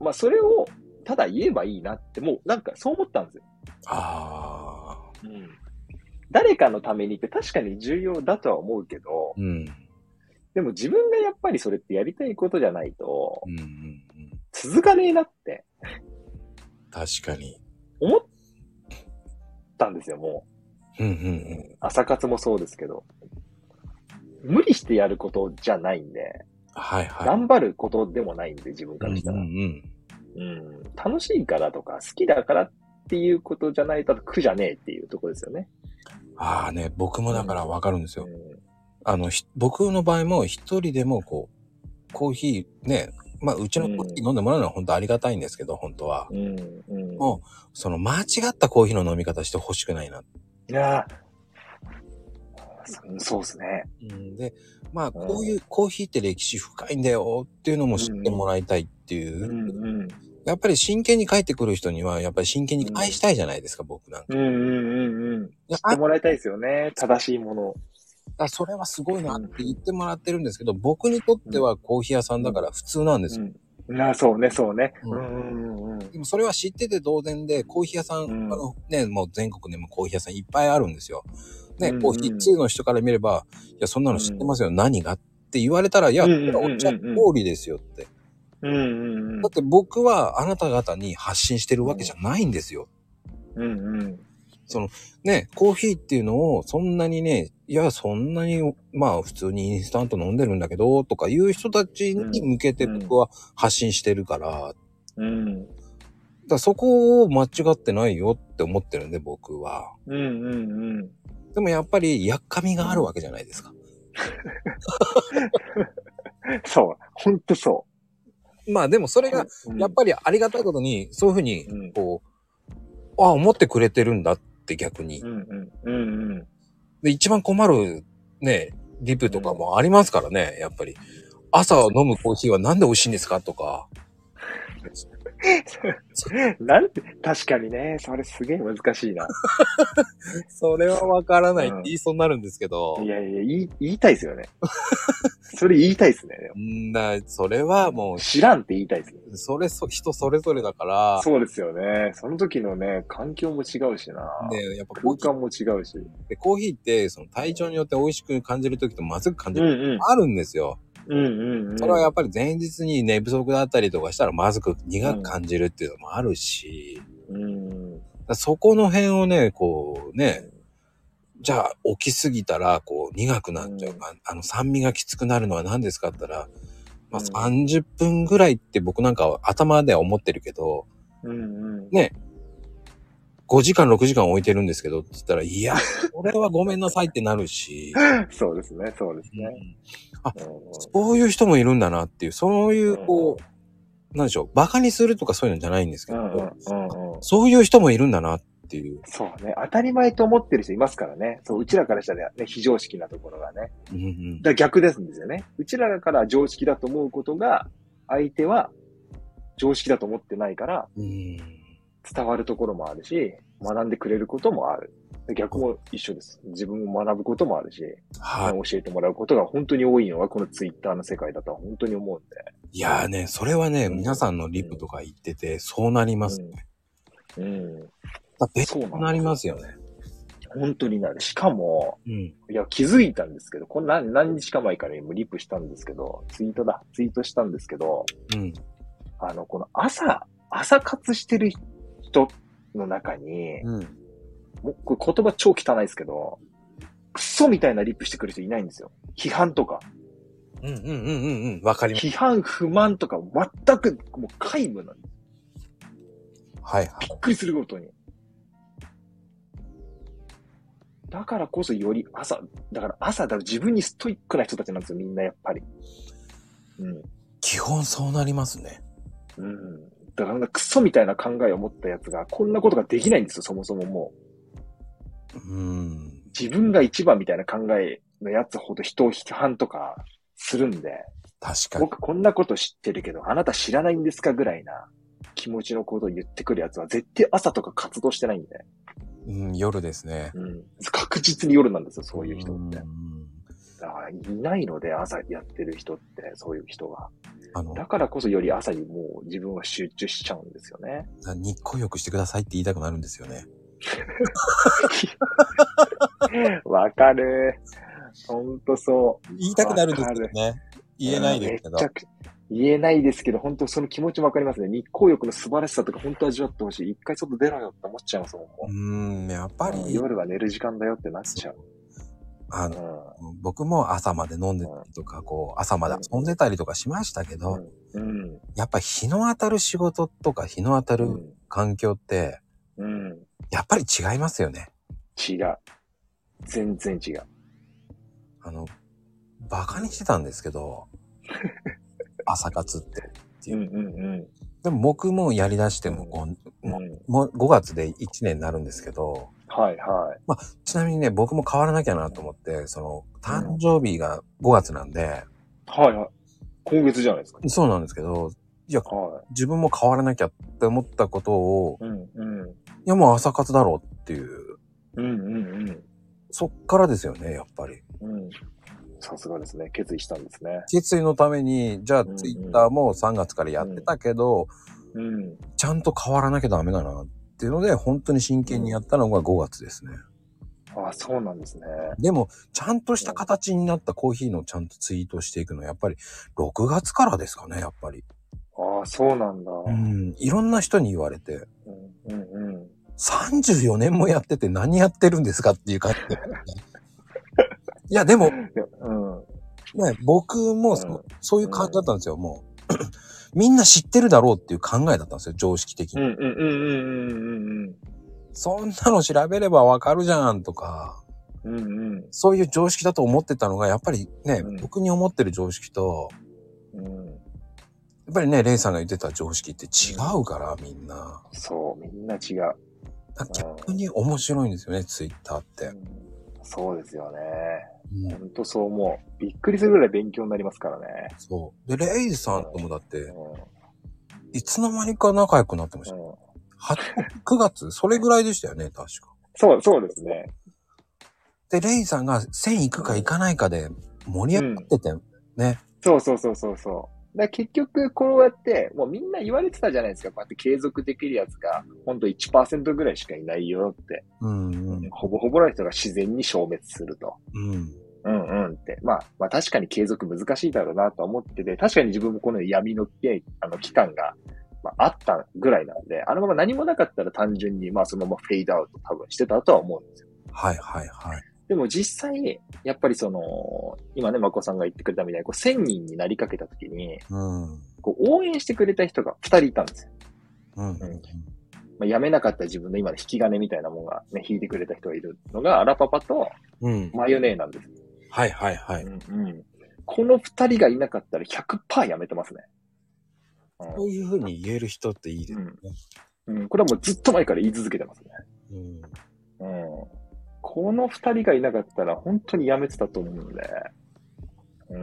Speaker 2: まあそれをただ言えばいいなって、もうなんかそう思ったんですよ。
Speaker 1: ああ。
Speaker 2: 誰かのためにって確かに重要だとは思うけど、
Speaker 1: うん。
Speaker 2: でも自分がやっぱりそれってやりたいことじゃないと
Speaker 1: うんうんうん。
Speaker 2: 続かねえなって
Speaker 1: 確かに。
Speaker 2: 思ったんですよ、もう。
Speaker 1: うんうんうん。
Speaker 2: 朝活もそうですけど、無理してやることじゃないんで、
Speaker 1: はいはい。
Speaker 2: 頑張ることでもないんで、自分からしたら。
Speaker 1: う
Speaker 2: うんん
Speaker 1: うんうん
Speaker 2: 楽しいからとか、好きだからっていうことじゃないと苦じゃねえっていうところですよね。
Speaker 1: ああね、僕もだからわかるんです
Speaker 2: う
Speaker 1: よ。
Speaker 2: ん
Speaker 1: あの、ひ僕の場合も一人でもこう、コーヒーね、まあうちのコーヒー飲んでもらうのは本当ありがたいんですけど、本当は。
Speaker 2: うんうん
Speaker 1: もう、その間違ったコーヒーの飲み方してほしくないな。
Speaker 2: いやーそそうですね。
Speaker 1: うん、で、まあこういうコーヒーって歴史深いんだよっていうのも知ってもらいたいっていうう。
Speaker 2: んうん。
Speaker 1: やっぱり真剣に帰ってくる人には、やっぱり真剣に返したいじゃないですか、僕なんか。
Speaker 2: うんうんうんうん。
Speaker 1: いや
Speaker 2: 知ってもらいたいですよね。正しいものを。
Speaker 1: あ、それはすごいなって言ってもらってるんですけど、僕にとってはコーヒー屋さんだから普通なんですよ。
Speaker 2: うん、あーそうね、そうね。
Speaker 1: う
Speaker 2: うんんうんうんうん。
Speaker 1: でもそれは知ってて当然で、コーヒー屋さん、
Speaker 2: うん
Speaker 1: あのね、もう全国でもコーヒー屋さんいっぱいあるんですよ。ね、
Speaker 2: うんうん
Speaker 1: コーヒー通の人から見れば、いや、そんなの知ってますよ、何がって言われたら、いや、
Speaker 2: う
Speaker 1: こ
Speaker 2: んうんうん
Speaker 1: れ
Speaker 2: うん
Speaker 1: お茶通りですよって。
Speaker 2: うんうんうん
Speaker 1: だって僕はあなた方に発信してるわけじゃないんですよ。
Speaker 2: うんうん。
Speaker 1: そのね、コーヒーっていうのをそんなにね、いや、そんなに、まあ普通にインスタント飲んでるんだけど、とかいう人たちに向けて
Speaker 2: うん
Speaker 1: 僕は発信してるから、だか
Speaker 2: うん。
Speaker 1: らそこを間違ってないよって思ってるんで僕は。
Speaker 2: うんうんうん。
Speaker 1: でもやっぱりやっかみがあるわけじゃないですか。
Speaker 2: そう。ほんとそ
Speaker 1: まあでもそれ
Speaker 2: う
Speaker 1: が、。
Speaker 2: うん
Speaker 1: やっぱりありがたいことに、そういうふうに
Speaker 2: うん、
Speaker 1: こう、あ、思ってくれてるんだって逆に
Speaker 2: う。んうんうんうん。
Speaker 1: で、一番困るね、リプとかもありますからね、やっぱり。朝飲むコーヒーはなんで美味しいんですかとか。
Speaker 2: なんて、確かにね、それすげえ難しいな。
Speaker 1: それはわからないっ
Speaker 2: う
Speaker 1: て
Speaker 2: ん
Speaker 1: 言いそうになるんですけど。
Speaker 2: いやいや、言い言いたいです よね。それ言いたいですね。
Speaker 1: うんだ、それはも
Speaker 2: 知らんって言いたいですね。
Speaker 1: う、それそ、人それぞれだから、
Speaker 2: そうですよね。その時のね、環境も違うしな。
Speaker 1: ね、やっぱコー
Speaker 2: 空
Speaker 1: ヒー
Speaker 2: 間も違うし。
Speaker 1: って、コーヒーって、その体調によって美味しく感じる時とまずく感じ
Speaker 2: うん
Speaker 1: る時
Speaker 2: うん。
Speaker 1: あるんですよ。
Speaker 2: うんうんうん。
Speaker 1: それはやっぱり前日に寝不足だったりとかしたらまずく苦く感じるっていうのもあるし、
Speaker 2: うん。
Speaker 1: だからそこの辺をね、こうね、じゃあ起きすぎたらこう苦くなっちゃう、
Speaker 2: うん
Speaker 1: ああの酸味がきつくなるのは何ですかって言ったら、まあ、
Speaker 2: う
Speaker 1: 30分ぐらいって僕なんかは頭では思ってるけど、
Speaker 2: うんうん。
Speaker 1: ね5時間6時間置いてるんですけどって言ったら、いや、これはごめんなさいってなる し、
Speaker 2: そうですね、そうです
Speaker 1: う
Speaker 2: ね。
Speaker 1: ん
Speaker 2: うん
Speaker 1: そういう人もいるんだなっていう、そういうこ
Speaker 2: う
Speaker 1: う、なんでしょう、馬鹿にするとかそういうのじゃないんですけ
Speaker 2: う
Speaker 1: ど、
Speaker 2: んうんうんうん。
Speaker 1: そういう人もいるんだなっていう。
Speaker 2: そうね。当たり前と思ってる人いますからね。そう、うちらからしたらね、非常識なところがね。
Speaker 1: うんうん
Speaker 2: だから逆ですんですよね。うちらから常識だと思うことが、相手は常識だと思ってないから、
Speaker 1: うん
Speaker 2: 伝わるところもあるし、学んでくれることもある。で逆も一緒です。自分も学ぶこともあるし、
Speaker 1: はい。
Speaker 2: 教えてもらうことが本当に多いのは、このツイッターの世界だとは本当に思うんで。
Speaker 1: いやーね、それはね、
Speaker 2: うん
Speaker 1: 皆さんのリプとか言ってて、そうなりますね。
Speaker 2: うん。
Speaker 1: だから勉
Speaker 2: そう
Speaker 1: 強
Speaker 2: な
Speaker 1: に
Speaker 2: ん
Speaker 1: なりますよね。
Speaker 2: 本当になる。しかも、
Speaker 1: うん。
Speaker 2: いや、気づいたんですけど、こんな何日か前から今リプしたんですけど、ツイートだ、ツイートしたんですけど、
Speaker 1: うん。
Speaker 2: あの、この朝、朝活してる人の中に、
Speaker 1: うん。
Speaker 2: もうこれ言葉超汚いですけど、クソみたいなリップしてくる人いないんですよ。批判とか、
Speaker 1: うんうんうんうんうん。わかります。
Speaker 2: 批判、不満とか全くもう皆無なんです。
Speaker 1: はいは
Speaker 2: びっくりすることに。だからこそより朝、だから朝、だから自分にストイックな人たちなんですよ、みんなやっぱり。うん。
Speaker 1: い。基本そうなりますね。
Speaker 2: うん。だからなんかクソみたいな考えを持ったやつが、こんなことができないんですよ、そもそももう。
Speaker 1: うん。
Speaker 2: 自分が一番みたいな考えのやつほど人を批判とかするんで、
Speaker 1: 確かに。
Speaker 2: 僕こんなこと知ってるけど、あなた知らないんですかぐらいな気持ちのことを言ってくるやつは絶対朝とか活動してないんで、
Speaker 1: うん、夜ですね。
Speaker 2: うん、確実に夜なんですよ、そういう人って。
Speaker 1: ん
Speaker 2: だからいないので、朝やってる人って、そういう人が。
Speaker 1: あの、
Speaker 2: だからこそより朝にもう自分は集中しちゃうんですよね。
Speaker 1: 日光浴してくださいって言いたくなるんですよね。
Speaker 2: わかる。ほんとそう。
Speaker 1: 言いたくなるんですけどね。言えないですけ
Speaker 2: うん
Speaker 1: ど
Speaker 2: めち。ゃくちゃ言えないですけど、本当その気持ちもわかりますね。日光浴の素晴らしさとか本当味わってほしい。一回外出ろよって思っちゃいますもん。も
Speaker 1: うん、やっ
Speaker 2: う
Speaker 1: ぱり、
Speaker 2: 夜は寝る時間だよってなっちゃう。
Speaker 1: あ
Speaker 2: うん
Speaker 1: の、僕も朝まで飲んでたりとか、こう、朝まで遊んでたりとかしましたけど、
Speaker 2: うん。
Speaker 1: やっぱ日の当たる仕事とか日の当た
Speaker 2: う
Speaker 1: る
Speaker 2: ん。
Speaker 1: 環境って、
Speaker 2: うん。
Speaker 1: やっぱり違いますよね。
Speaker 2: 違う。全然違う。
Speaker 1: あの、バカにしてたんですけ ど、朝活って。
Speaker 2: うんうん
Speaker 1: でも僕もやり出してもこう
Speaker 2: うん。
Speaker 1: も
Speaker 2: うん、
Speaker 1: うもう5月で1年になるんですけど、
Speaker 2: はいはい。
Speaker 1: ちなみにね、僕も変わらなきゃなと思って、その、誕生日が5月なんで、
Speaker 2: はいはい。今月じゃないですか。
Speaker 1: そうなんですけど、いや、
Speaker 2: は
Speaker 1: 自分も変わらなきゃって思ったことを、
Speaker 2: い。うんうん。
Speaker 1: いやもう朝活だろうっていう、
Speaker 2: うんうんうん。
Speaker 1: そっからですよね、やっぱり。
Speaker 2: うん。さすがですね。決意したんですね。
Speaker 1: 決意のために、じゃあ
Speaker 2: うんうん
Speaker 1: ツイッターも3月からやってたけど、
Speaker 2: うん。
Speaker 1: ちゃんと変わらなきゃダメだなっていうので、本当に真剣にやったのが5月ですね。
Speaker 2: あ、そうなんですね。
Speaker 1: でも、ちゃんとした形になったコーヒーのちゃんとツイートしていくのは、やっぱり6月からですかね、やっぱり。
Speaker 2: あ、そうなんだ。
Speaker 1: うん。いろんな人に言われて、
Speaker 2: うんうんうん。
Speaker 1: 34年もやってて何やってるんですかっていう感じ だよねいや、でも、ね、
Speaker 2: うん。
Speaker 1: 僕もそ,、
Speaker 2: うん
Speaker 1: そういう感じだったんですよ、もう。 みんな知ってるだろうっていう考えだったんですよ、常識的
Speaker 2: う
Speaker 1: に。
Speaker 2: んうんうんうんうん
Speaker 1: そんなの調べればわかるじゃんとか、
Speaker 2: うんうん。うんうん。
Speaker 1: そういう常識だと思ってたのが、やっぱりね、
Speaker 2: うん
Speaker 1: 僕に思ってる常識と、
Speaker 2: うん、
Speaker 1: やっぱりね、レイさんが言ってた常識って違うから、みんな。
Speaker 2: そう、みんな違う。
Speaker 1: だから逆に面白いんですよね、ツイッターって。
Speaker 2: そうですよね。
Speaker 1: うん
Speaker 2: ほんとそう思う。びっくりするぐらい勉強になりますからね。
Speaker 1: そう。で、レイさんともだって、
Speaker 2: う
Speaker 1: いつの間にか仲良くなってました。
Speaker 2: んうん、
Speaker 1: 9月それぐらいでしたよね、確か。
Speaker 2: そう、そうですね。
Speaker 1: で、レイさんが1000行くか行かないかで盛り上がってて、ね。
Speaker 2: そうそうそうそうそう。だから結局、こうやって、もうみんな言われてたじゃないですか。こうやって継続できるやつが、ほんと1%ぐらいしかいないよって。
Speaker 1: うんうん。
Speaker 2: ほぼほぼの人が自然に消滅すると。
Speaker 1: うん。
Speaker 2: うんうんって。まあ、まあ確かに継続難しいだろうなと思ってて、確かに自分もこの闇の期あの期間が、まあ、あったぐらいなんで、あのまま何もなかったら単純に、まあそのままフェイドアウト多分してたとは思うんですよ。
Speaker 1: はいはいはい。
Speaker 2: でも実際、やっぱりその、今ね、まこさんが言ってくれたみたいに、こう1000人になりかけた時に、
Speaker 1: うん。
Speaker 2: こう応援してくれた人が2人いたんですよ。
Speaker 1: うん。
Speaker 2: んまあ、辞めなかった自分の今の引き金みたいなもんがね、引いてくれた人がいるのが、アラパパと
Speaker 1: うん。
Speaker 2: マヨネーなんですよ。
Speaker 1: はいはいはい。
Speaker 2: うんうん、この二人がいなかったら100%やめてますね。
Speaker 1: こういうふうに言える人っていいで
Speaker 2: う
Speaker 1: すね。
Speaker 2: んうん、これはもうずっと前から言い続けてますね。
Speaker 1: うん。
Speaker 2: うん、この二人がいなかったら本当にやめてたと思うんで、う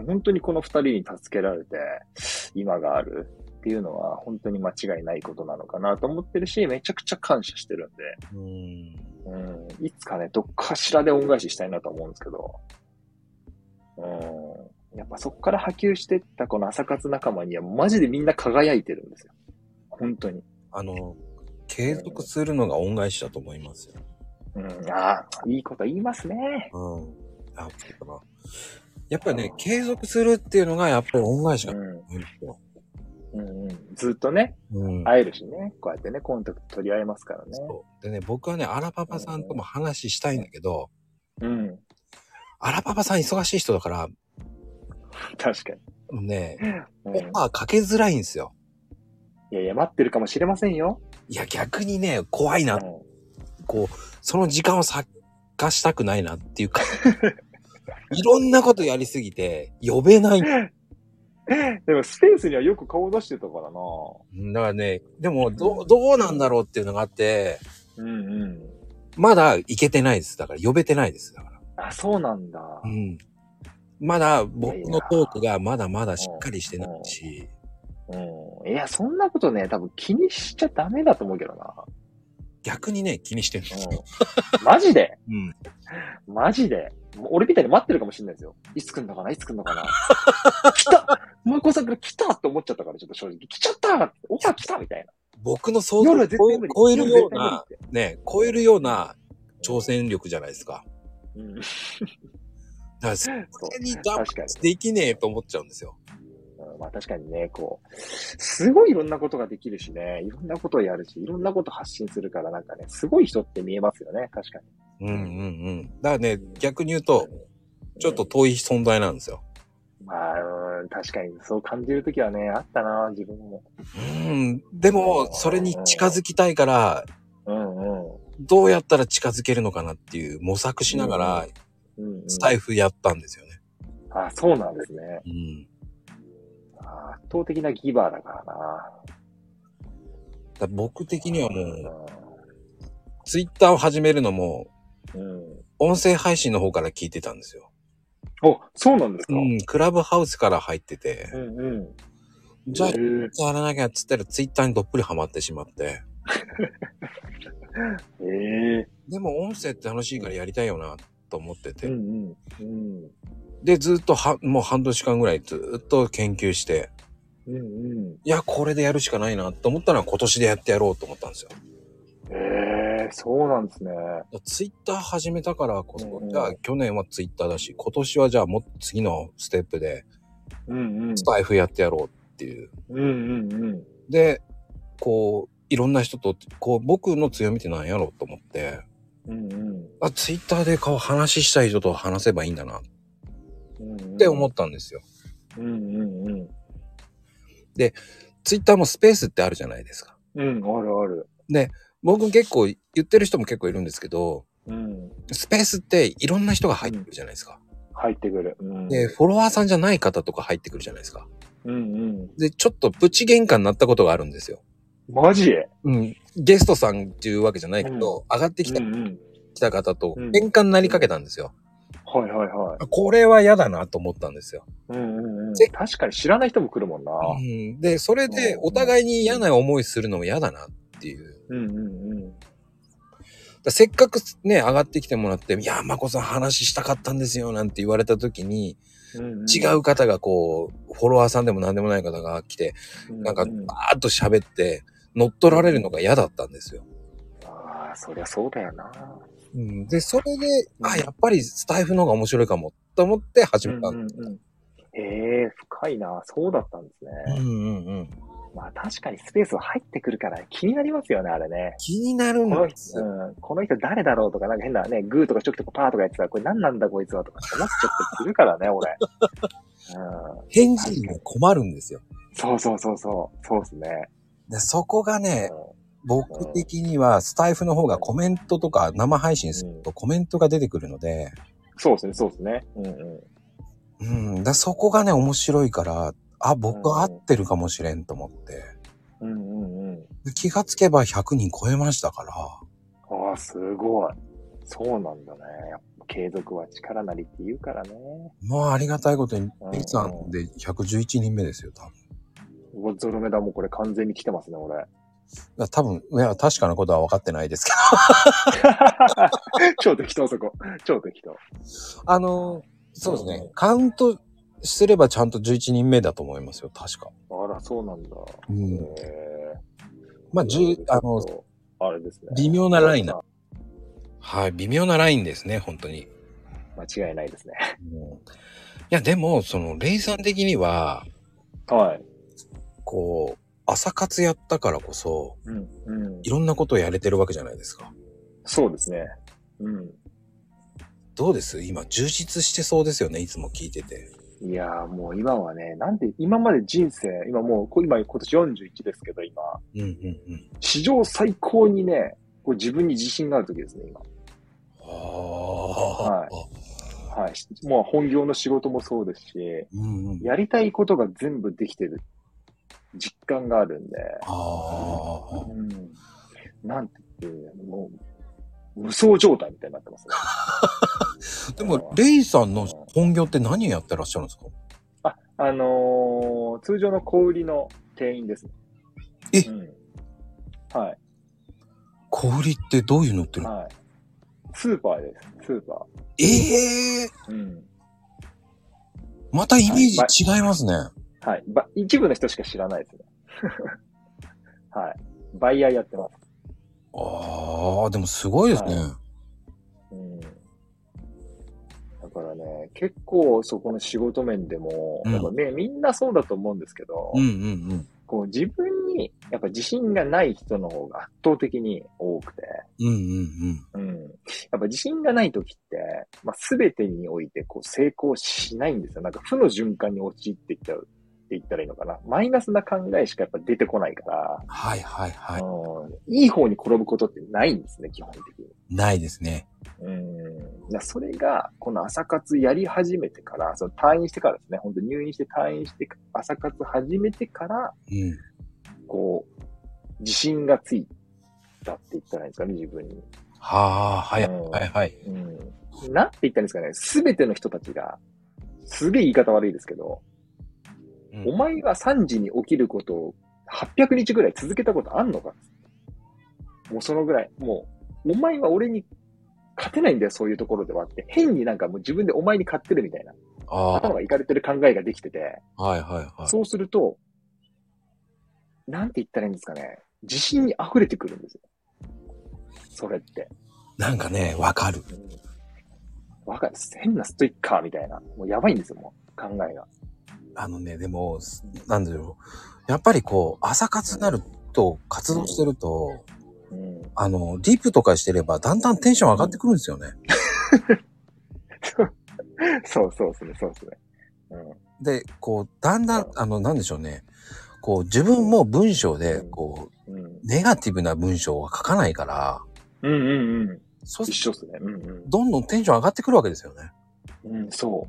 Speaker 2: ん、本当にこの二人に助けられて、今があるっていうのは本当に間違いないことなのかなと思ってるし、めちゃくちゃ感謝してるん
Speaker 1: う
Speaker 2: で、
Speaker 1: ん。
Speaker 2: うん、いつかね、どっかしらで恩返ししたいなと思うんですけど、うん、やっぱそこから波及してったこの朝活仲間にはマジでみんな輝いてるんですよ。本当に。
Speaker 1: あの、継続するのが恩返しだと思いますよ。
Speaker 2: うん、ああ、いいこと言いますね。
Speaker 1: うん。あ、そうかな。やっぱりね、継続するっていうのが、やっぱり恩返し
Speaker 2: う
Speaker 1: が
Speaker 2: ん、
Speaker 1: 多いんですよ。
Speaker 2: うん、うん。ずっとね、
Speaker 1: うん。
Speaker 2: 会えるしね、こうやってね、コンタクト取り合えますからね。
Speaker 1: そうでね、僕はね、アラパパさんとも話したいんだけど、
Speaker 2: うん、
Speaker 1: アラパパさん忙しい人だから、
Speaker 2: 確かに。
Speaker 1: ね、
Speaker 2: うん、
Speaker 1: オ
Speaker 2: い
Speaker 1: ファーかけづらいんですよ。
Speaker 2: やいや、待ってるかもしれませんよ。
Speaker 1: いや、逆にね、怖いうな、
Speaker 2: ん
Speaker 1: こう、その時間を咲かしたくないなっていうか、 いろんなことやりすぎて、呼べない。だか
Speaker 2: でも、スペースにはよく顔出してたからな。
Speaker 1: らね、でも、どう、どうなんだろうっていうのがあって、
Speaker 2: うんうん。
Speaker 1: まだ行けてないです。だから、呼べてないです。だから。
Speaker 2: あ、そうなんだ。
Speaker 1: うん。まだ、僕のトークがまだまだしっかりしてないし、
Speaker 2: うん。いや、そんなことね、多分気にしちゃダメだと思うけどな。
Speaker 1: 逆にね、気にしてるんですよ。
Speaker 2: うん。マジで
Speaker 1: うん。
Speaker 2: マジでもう俺みたいに待ってるかもしれないですよ。いつ来んのかないつ来んのかな来たマコさんから来たって思っちゃったから、ちょっと正直。来ちゃったオファー来たみたいな。
Speaker 1: 僕の想像
Speaker 2: 夜は
Speaker 1: を
Speaker 2: 絶
Speaker 1: 超
Speaker 2: 対
Speaker 1: え
Speaker 2: 無理。
Speaker 1: 超えるような、
Speaker 2: 夜絶
Speaker 1: ね、超えるような挑戦力じゃないですか。
Speaker 2: 対無理って。
Speaker 1: だからそれにダメ
Speaker 2: 確かに
Speaker 1: できねえと思っちゃうんですよ。
Speaker 2: うん。うんまあ確かにね、こう、すごいいろんなことができるしね、いろんなことをやるし、いろんなこと発信するから、なんかね、すごい人って見えますよね、確かに。
Speaker 1: うんうんうん。だからね、逆に言うと、ちょっと遠い存在なんですよ。
Speaker 2: まあ、うん確かにそう感じるときはね、あったな、自分も。
Speaker 1: うん。でも、それに近づきたいから、
Speaker 2: うんうん。
Speaker 1: どうやったら近づけるのかなっていう模索しながら、
Speaker 2: うんうん
Speaker 1: スタイフやったんですよね。
Speaker 2: あ、そうなんですね。
Speaker 1: うん。
Speaker 2: あ圧倒的なギバーだからな。
Speaker 1: だから僕的にはもう、
Speaker 2: う
Speaker 1: ツイッターを始めるのも、
Speaker 2: ん。うん。
Speaker 1: 音声配信の方から聞いてたんですよ。
Speaker 2: お、そうなんですか。
Speaker 1: う
Speaker 2: うん
Speaker 1: ん、クラブハウスから入ってて、
Speaker 2: うん。
Speaker 1: じゃあ
Speaker 2: へー
Speaker 1: やらなきゃっつったらツイッターにどっぷりハマってしまって。
Speaker 2: え
Speaker 1: でも音声って楽しいからやりたいよなと思って
Speaker 2: え
Speaker 1: て。
Speaker 2: うんうん。うん。
Speaker 1: で、ずっとは、もう半年間ぐらいずっと研究して、
Speaker 2: うんうん。
Speaker 1: いや、これでやるしかないなと思ったのは今年でやってやろうと思ったんですよ。
Speaker 2: ええそうなんですね。
Speaker 1: ツイッター始めたからこそ、
Speaker 2: うんうん
Speaker 1: じゃあ去年はツイッターだし、今年はじゃあもっと次のステップで
Speaker 2: うんうん
Speaker 1: ス。タイフやってやろうっていう。
Speaker 2: うんうんうん。
Speaker 1: で、こう、いろんな人と、こう、僕の強みってなんやろうと思って、
Speaker 2: うんうん。
Speaker 1: あ、ツイッターで顔話したい人と話せばいいんだなっ
Speaker 2: うんうん
Speaker 1: て思ったんですよ。
Speaker 2: うんうんうん。
Speaker 1: ツイッターもスペースってあるじゃないですか。
Speaker 2: うん、あるある。
Speaker 1: 僕結構言ってる人も結構いるんですけど、
Speaker 2: うん。
Speaker 1: スペースっていろんな人が入ってくるじゃないですか。
Speaker 2: 入ってくる。うん。
Speaker 1: で、フォロワーさんじゃない方とか入ってくるじゃないですか。
Speaker 2: うんうん。
Speaker 1: で、ちょっとプチ喧嘩になったことがあるんですよ。
Speaker 2: マジで
Speaker 1: うん。ゲストさんっていうわけじゃないけど、上がってきた,、
Speaker 2: うんうん。
Speaker 1: 来た方と
Speaker 2: うん
Speaker 1: 喧嘩になりかけたんですよ。
Speaker 2: はいはいはい。
Speaker 1: あこれは嫌だなと思ったんですよ。
Speaker 2: うんうんうん
Speaker 1: で。
Speaker 2: 確かに知らない人も来るもんな。
Speaker 1: うん、で、それで
Speaker 2: うん
Speaker 1: お互いに嫌な思いするのも嫌だなっていう。
Speaker 2: うんうんうん。
Speaker 1: だからせっかくね、上がってきてもらって、いや、まこさん話したかったんですよ、なんて言われた時に、
Speaker 2: うんうん、
Speaker 1: 違う方がこう、フォロワーさんでも何でもない方が来て、
Speaker 2: う
Speaker 1: なんか、
Speaker 2: う
Speaker 1: バ
Speaker 2: う
Speaker 1: ーッと喋って、乗っ取られるのが嫌だったんですよ。
Speaker 2: ああ、そりゃそうだよな。
Speaker 1: うん、で、それで、
Speaker 2: うん
Speaker 1: あ、やっぱりスタイフの方が面白いかも、と思って始めた
Speaker 2: うん
Speaker 1: ん
Speaker 2: う
Speaker 1: だ。
Speaker 2: んうん。ええ深いな。そうだったんですね。
Speaker 1: うんうんうん。
Speaker 2: まあ確かにスペースは入ってくるから気になりますよね、あれね。
Speaker 1: 気になる
Speaker 2: こ
Speaker 1: ん
Speaker 2: の,、
Speaker 1: ですよ。
Speaker 2: うん、この人誰だろうとか、なんか変なね、グーとかチョキとかパーとかやってたら、これ何なんだこいつはとか思っちゃったりするからね、俺。うん。
Speaker 1: 返事にも困るんですよ。
Speaker 2: そうそうそうそう。そうですね。
Speaker 1: でそこがね、
Speaker 2: う
Speaker 1: 僕的にはスタイフの方がコメントとか生配信するとコメントが出てくるので、
Speaker 2: んそうですね、そうですね。うんうん。
Speaker 1: うん、だそこがね、面白いから、あ、僕
Speaker 2: うん
Speaker 1: 合ってるかもしれんと思って。
Speaker 2: うんうんうん。
Speaker 1: で気がつけば100人超えましたから。
Speaker 2: ああ、すごい。そうなんだね。やっぱ継続は力なりって言うからね。
Speaker 1: まあありがたいことに、
Speaker 2: うん
Speaker 1: ペイさんで111人目ですよ、多分。
Speaker 2: うわゾロ目だもうこれ完全に来てますね、 俺。
Speaker 1: だ多分、いや、確かなことは分かってないですけ
Speaker 2: 超適当そこ。超適当。
Speaker 1: ど。 あの、そうですね。カウントすればちゃんと11人目だと思いますよ、確か。
Speaker 2: あら、そうなんだ。
Speaker 1: うん
Speaker 2: へえ
Speaker 1: まあ、10、あの、、
Speaker 2: あれですね。
Speaker 1: 微妙なラインだ。はい、微妙なラインですね、本当に。
Speaker 2: 間違いないですね。
Speaker 1: うんいや、でも、その、レイさん的には、
Speaker 2: はい。
Speaker 1: こう、朝活やったからこそ、
Speaker 2: うん。うん
Speaker 1: い。ろんなことをやれてるわけじゃないですか。
Speaker 2: そうですね。うん。
Speaker 1: どうです今、充実してそうですよね、いつも聞いてて。
Speaker 2: いやーもう今はね、なんで、今まで人生、今もう、こ今今年41ですけど、今、
Speaker 1: うんうんうん。
Speaker 2: 史上最高にね、こう自分に自信がある時ですね、今。
Speaker 1: ああ。
Speaker 2: はいはい。しもう本業の仕事もそうですし、
Speaker 1: うんうん。
Speaker 2: やりたいことが全部できてる実感があるんで、
Speaker 1: ああ。
Speaker 2: うん。なんて言っていいんだろうもう、無双状態みたいになってますね。
Speaker 1: でも、レイさんの本業って何やってらっしゃるんですか
Speaker 2: あ、あのー通常の小売りの店員ですね。
Speaker 1: え
Speaker 2: うん、はい、
Speaker 1: 小売りってどういうのってるの
Speaker 2: はい。スーパーです、スーパ
Speaker 1: ええ
Speaker 2: ー。うん。
Speaker 1: またイメージ違いますね。
Speaker 2: はい。ば一部の人しか知らないですね。 はい。バイヤーやってます。
Speaker 1: ああ、でもすごいですね。
Speaker 2: うんだからね、結構そこの仕事面でも、
Speaker 1: うん
Speaker 2: やっぱね、みんなそうだと思うんですけど、
Speaker 1: うんうんうん。
Speaker 2: こう自分にやっぱ自信がない人の方が圧倒的に多くて、
Speaker 1: うんうん
Speaker 2: うん。やっぱ自信がない時って、まあ、全てにおいてこう成功しないんですよ。なんか負の循環に陥っていっちゃうって言ったらいいのかな。マイナスな考えしかやっぱ出てこないから、
Speaker 1: うん。はいはいはい。
Speaker 2: うん、いい方に転ぶことってないんですね、基本的に。
Speaker 1: ないですね。
Speaker 2: うん。だそれが、この朝活やり始めてから、その退院してからですね、本当入院して退院して、朝活始めてから、
Speaker 1: うん。
Speaker 2: こう、自信がついたって言ったらいいんですかね、自分に。
Speaker 1: はあ、はい
Speaker 2: うん
Speaker 1: はいはい。
Speaker 2: うん。なんて言ったらいいんですかね、すべての人たちが、すげえ言い方悪いですけど、
Speaker 1: うん
Speaker 2: お前が3時に起きることを800日ぐらい続けたことあんのかもうそのぐらい、もう、お前は俺に勝てないんだよ、そういうところではって。変になんかもう自分でお前に勝ってるみたいな。
Speaker 1: あ
Speaker 2: 頭がいかれてる考えができてて、
Speaker 1: あ、はいはいはい。
Speaker 2: そうすると、なんて言ったらいいんですかね。自信に溢れてくるんですよ。それって。
Speaker 1: なんかね、わかる。
Speaker 2: うんわかる。変なストイッカーみたいな。もうやばいんですよ、もう。考えが。
Speaker 1: あのね、でも、なんだろう。やっぱりこう、朝活になると活動してると、
Speaker 2: うん。
Speaker 1: あの、リプとかしてれば、だんだんテンション上がってくるんですよね。
Speaker 2: そうそうですね、そうですね。うん。
Speaker 1: で、こう、だんだん、あの、なんでしょうね。こう、自分も文章で、こう、
Speaker 2: うん。
Speaker 1: ネガティブな文章は書かないから、
Speaker 2: うんうんうん。
Speaker 1: そう
Speaker 2: 一緒っすね。うんうん。
Speaker 1: どんどんテンション上がってくるわけですよね。
Speaker 2: うん、そ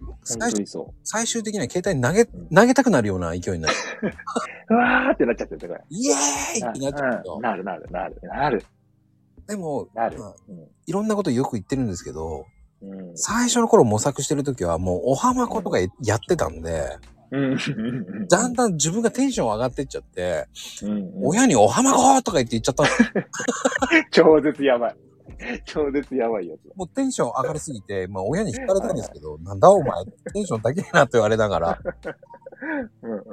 Speaker 2: う。本
Speaker 1: 最
Speaker 2: 当にそ
Speaker 1: 最終的には携帯に投げ、
Speaker 2: ん
Speaker 1: 投げたくなるような勢いになる。
Speaker 2: う。うわーってなっちゃってる、これ。
Speaker 1: イエーイってなっちゃうけ
Speaker 2: う
Speaker 1: ど
Speaker 2: ん、なるなるなるなる
Speaker 1: でも、
Speaker 2: なる
Speaker 1: まあ。
Speaker 2: うん
Speaker 1: いろんなことよく言ってるんですけど、
Speaker 2: うん
Speaker 1: 最初の頃模索してる時はもうおはまことかやってたんで、
Speaker 2: うんうん
Speaker 1: だんだん自分がテンション上がってっちゃって、
Speaker 2: うんうん
Speaker 1: 親におはまことか言って言っちゃったんですよ
Speaker 2: 超絶やばい。超絶やばいやつだ。
Speaker 1: もうテンション上がりすぎて、まあ親に引かれたんですけど、なんだお前、テンション高いなって言われながら、
Speaker 2: うんうん。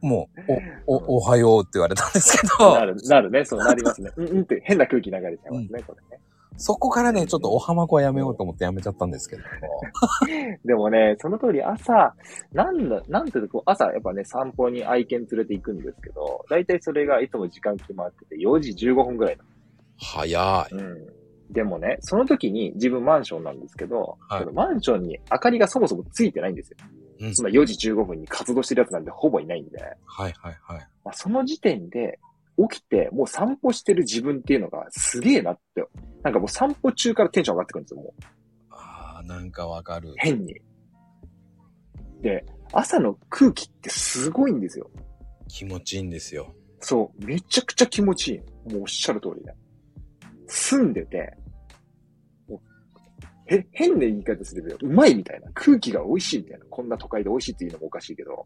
Speaker 1: もう、お、お、おはようって言われたんですけ
Speaker 2: な
Speaker 1: ど、
Speaker 2: る、なるね。そうなりますね。 うんうんって変な空気流れちゃいますね、これ
Speaker 1: そこからね、ちょっとおはまこはやめようと思ってやめちゃったんですけども、
Speaker 2: ね。でもね、その通り朝、なんだ、なんていうのこう朝やっぱね、散歩に愛犬連れて行くんですけど、だいたいそれがいつも時間決まってて、4時15分ぐらい
Speaker 1: 早い。
Speaker 2: うんでもね、その時に自分マンションなんですけど、
Speaker 1: はい
Speaker 2: そのマンションに明かりがそもそもついてないんですよ。
Speaker 1: うん
Speaker 2: そんな4時15分に活動してるやつなんてほぼいないんで、
Speaker 1: はいはいはい。
Speaker 2: まあ、その時点で起きてもう散歩してる自分っていうのがすげえなって、なんかもう散歩中からテンション上がってくるんですよ、もう
Speaker 1: あー、なんかわかる。
Speaker 2: 変に。で、朝の空気ってすごいんですよ。
Speaker 1: 気持ちいいんですよ。
Speaker 2: そう、めちゃくちゃ気持ちいい。もうおっしゃる通りだ。住んでて、もうへ、変な言い方すれば、うまいみたいな。空気が美味しいみたいな。こんな都会で美味しいっていうのもおかしいけど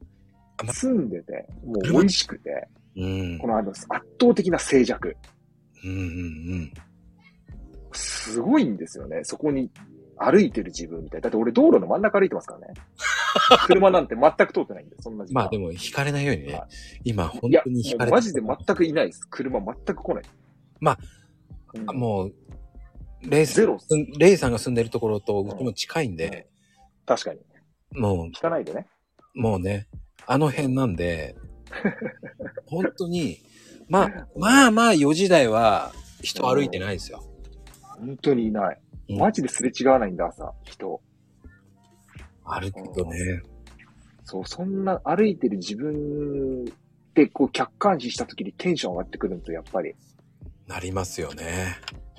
Speaker 1: あ、ま
Speaker 2: 住んでて、もう美味しくて、
Speaker 1: うん。
Speaker 2: このあの、圧倒的な静寂。
Speaker 1: うんうん
Speaker 2: すごいんですよね。そこに歩いてる自分みたいな。だって俺道路の真ん中歩いてますからね。 車なんて全く通ってないんで、そんな
Speaker 1: う
Speaker 2: 時
Speaker 1: ん。
Speaker 2: 間。
Speaker 1: まあでも惹かれないようにね
Speaker 2: は、
Speaker 1: 今本
Speaker 2: いや
Speaker 1: 当に惹か、れて
Speaker 2: マジで全くいないです。車全く来ない。
Speaker 1: まあ
Speaker 2: うん、
Speaker 1: あもう、レイさ
Speaker 2: ゼ
Speaker 1: ん
Speaker 2: ロっす
Speaker 1: うんレイさんが住んでるところとうちも近いんで、
Speaker 2: 確かに。
Speaker 1: も
Speaker 2: 聞かないでね。
Speaker 1: う、もうね、あの辺なんで、 本当に、まあ、まあまあ4時台は人歩いてないですよ。
Speaker 2: 本当にいない。
Speaker 1: うん
Speaker 2: マジですれ違わないんだ、朝、人。
Speaker 1: 歩くとね、
Speaker 2: そう、そんな歩いてる自分で、こう、客観視した時にテンション上がってくるのと、やっぱり、
Speaker 1: なりますよね。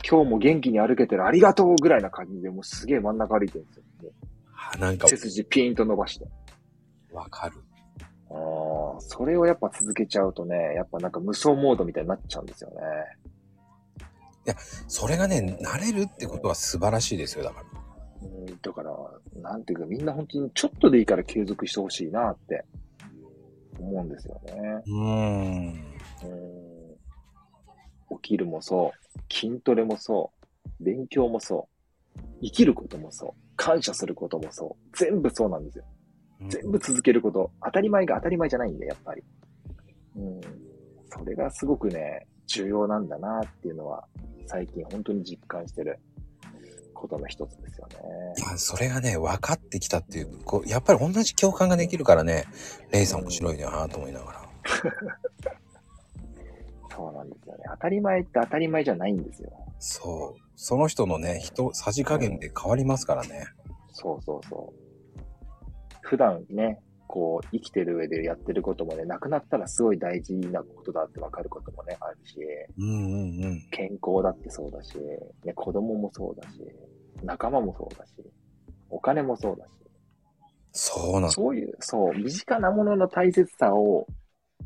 Speaker 2: 今日も元気に歩けてる、ありがとうぐらいな感じで、もうすげえ真ん中歩いてるんですよ。も
Speaker 1: あなん
Speaker 2: う
Speaker 1: か
Speaker 2: 背筋ピーンと伸ばして。
Speaker 1: わかる。
Speaker 2: ああ、それをやっぱ続けちゃうとね、やっぱなんか無双モードみたいになっちゃうんですよね。
Speaker 1: それがね、慣れるってことは素晴らしいですよ、だから。
Speaker 2: うん、だから、なんていうか、みんな本当にちょっとでいいから継続してほしいなって思うんですよね。
Speaker 1: うーん。
Speaker 2: うん起きるもそう、筋トレもそう、勉強もそう、生きることもそう、感謝することもそう、全部そうなんですよ。全部続けること、当たり前が当たり前じゃないんで、やっぱり。うん。それがすごくね、重要なんだなっていうのは、最近本当に実感してることの一つですよね。
Speaker 1: いや、それがね、分かってきたっていう、こう、やっぱり同じ共感ができるからね、レイさん面白いなと思いながら。
Speaker 2: そうなんですよね。当たり前って当たり前じゃないんですよ。
Speaker 1: そう。その人のね、人、さじ加減で変わりますからね。
Speaker 2: そうそうそう。普段ね、こう、生きてる上でやってることもね、なくなったらすごい大事なことだって分かることもね、あるし、
Speaker 1: うんうんうん。
Speaker 2: 健康だってそうだし、ね、子供もそうだし、仲間もそうだし、お金もそうだし、
Speaker 1: そうなん
Speaker 2: そういう、そう、身近なものの大切さを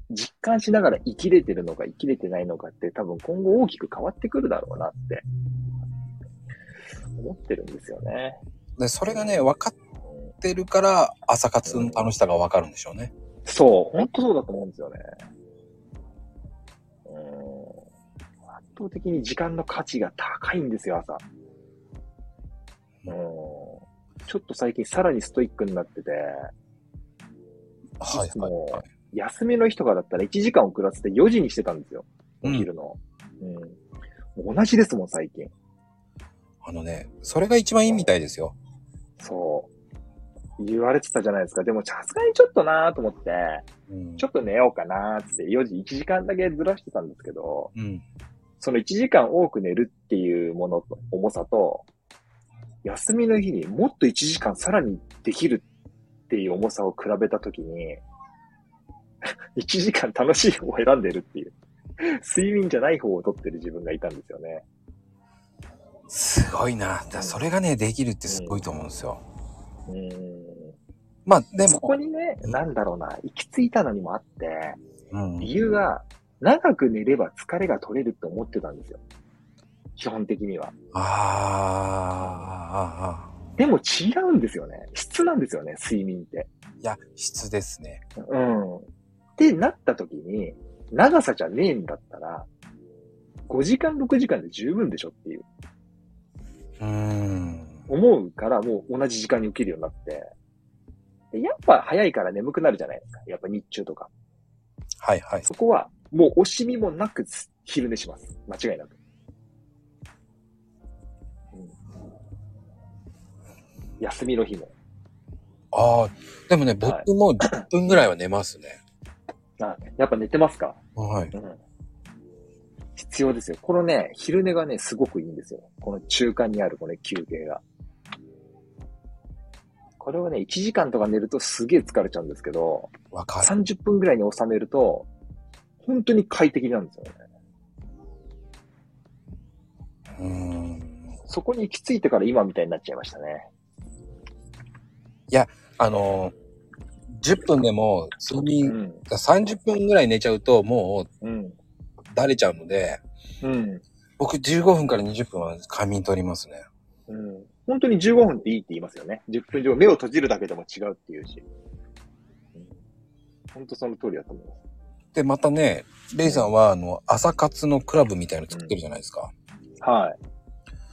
Speaker 2: 実感しながら生きれてるのか生きれてないのかって多分今後大きく変わってくるだろうなって思ってるんですよね。
Speaker 1: で、それがね、分かってるから、朝活の楽しさが分かるんでしょうね。
Speaker 2: そう、本当そうだと思うんですよね。うーん。圧倒的に時間の価値が高いんですよ、朝。うーん。ちょっと最近さらにストイックになってて、
Speaker 1: はい
Speaker 2: いつも
Speaker 1: はい。
Speaker 2: 休みの日とかだったら1時間遅らせて4時にしてたんですよ、
Speaker 1: う
Speaker 2: お
Speaker 1: ん
Speaker 2: 昼の。うん。もう同じですもん、最近。
Speaker 1: あのね、それが一番いいみたいですよ。
Speaker 2: そう。言われてたじゃないですか。でも、さすがにちょっとなーと思って、
Speaker 1: うん
Speaker 2: ちょっと寝ようかなーっつって、4時1時間だけずらしてたんですけど、
Speaker 1: うん。
Speaker 2: その1時間多く寝るっていうものと、重さと、休みの日にもっと1時間さらにできるっていう重さを比べたときに、1時間楽しい方を選んでるっていう、睡眠じゃない方を取ってる自分がいたんですよね。
Speaker 1: すごいな。だからそれがね、できるってすごいと思うんですよ。
Speaker 2: うーん
Speaker 1: まあ、で
Speaker 2: そこ
Speaker 1: も、
Speaker 2: にね、なんだろうな、行き着いたのにもあって、
Speaker 1: うん
Speaker 2: 理由が、長く寝れば疲れが取れるって思ってたんですよ。基本的には。
Speaker 1: あーあー、あ
Speaker 2: でも違うんですよね。質なんですよね、睡眠って。
Speaker 1: ーいや、質ですね。
Speaker 2: うん。ってなった時に、長さじゃねえんだったら、5時間、6時間で十分でしょっていう、
Speaker 1: うーん。
Speaker 2: 思うからもう同じ時間に起きるようになって。でやっぱ早いから眠くなるじゃないですか。やっぱ日中とか。
Speaker 1: はいはい。
Speaker 2: そこは、もう惜しみもなく昼寝します。間違いなく。うん休みの日も。
Speaker 1: ああ、でもね、
Speaker 2: はい
Speaker 1: 僕も10分ぐらいは寝ますね。
Speaker 2: あやっぱ寝てますか
Speaker 1: はい。
Speaker 2: うん。必要ですよ。このね、昼寝がね、すごくいいんですよ。この中間にあるこの休憩が。これをね、1時間とか寝るとすげえ疲れちゃうんですけど、
Speaker 1: わかる。
Speaker 2: 30分ぐらいに収めると、本当に快適なんですよね。
Speaker 1: うーん。
Speaker 2: そこに行き着いてから今みたいになっちゃいましたね。
Speaker 1: あのー、10分でも、睡
Speaker 2: う
Speaker 1: 眠、
Speaker 2: ん。
Speaker 1: 30分ぐらい寝ちゃうと、も
Speaker 2: うん。
Speaker 1: う、だれちゃうので、
Speaker 2: うん。
Speaker 1: 僕15分から20分は仮眠取りますね。
Speaker 2: うん。本当に15分っていいって言いますよね。10分以上目を閉じるだけでも違うっていうし。うん本当その通りだと思います。
Speaker 1: で、またね、レイさんは、あの、朝活のクラブみたいの作ってるじゃないですか。
Speaker 2: はい。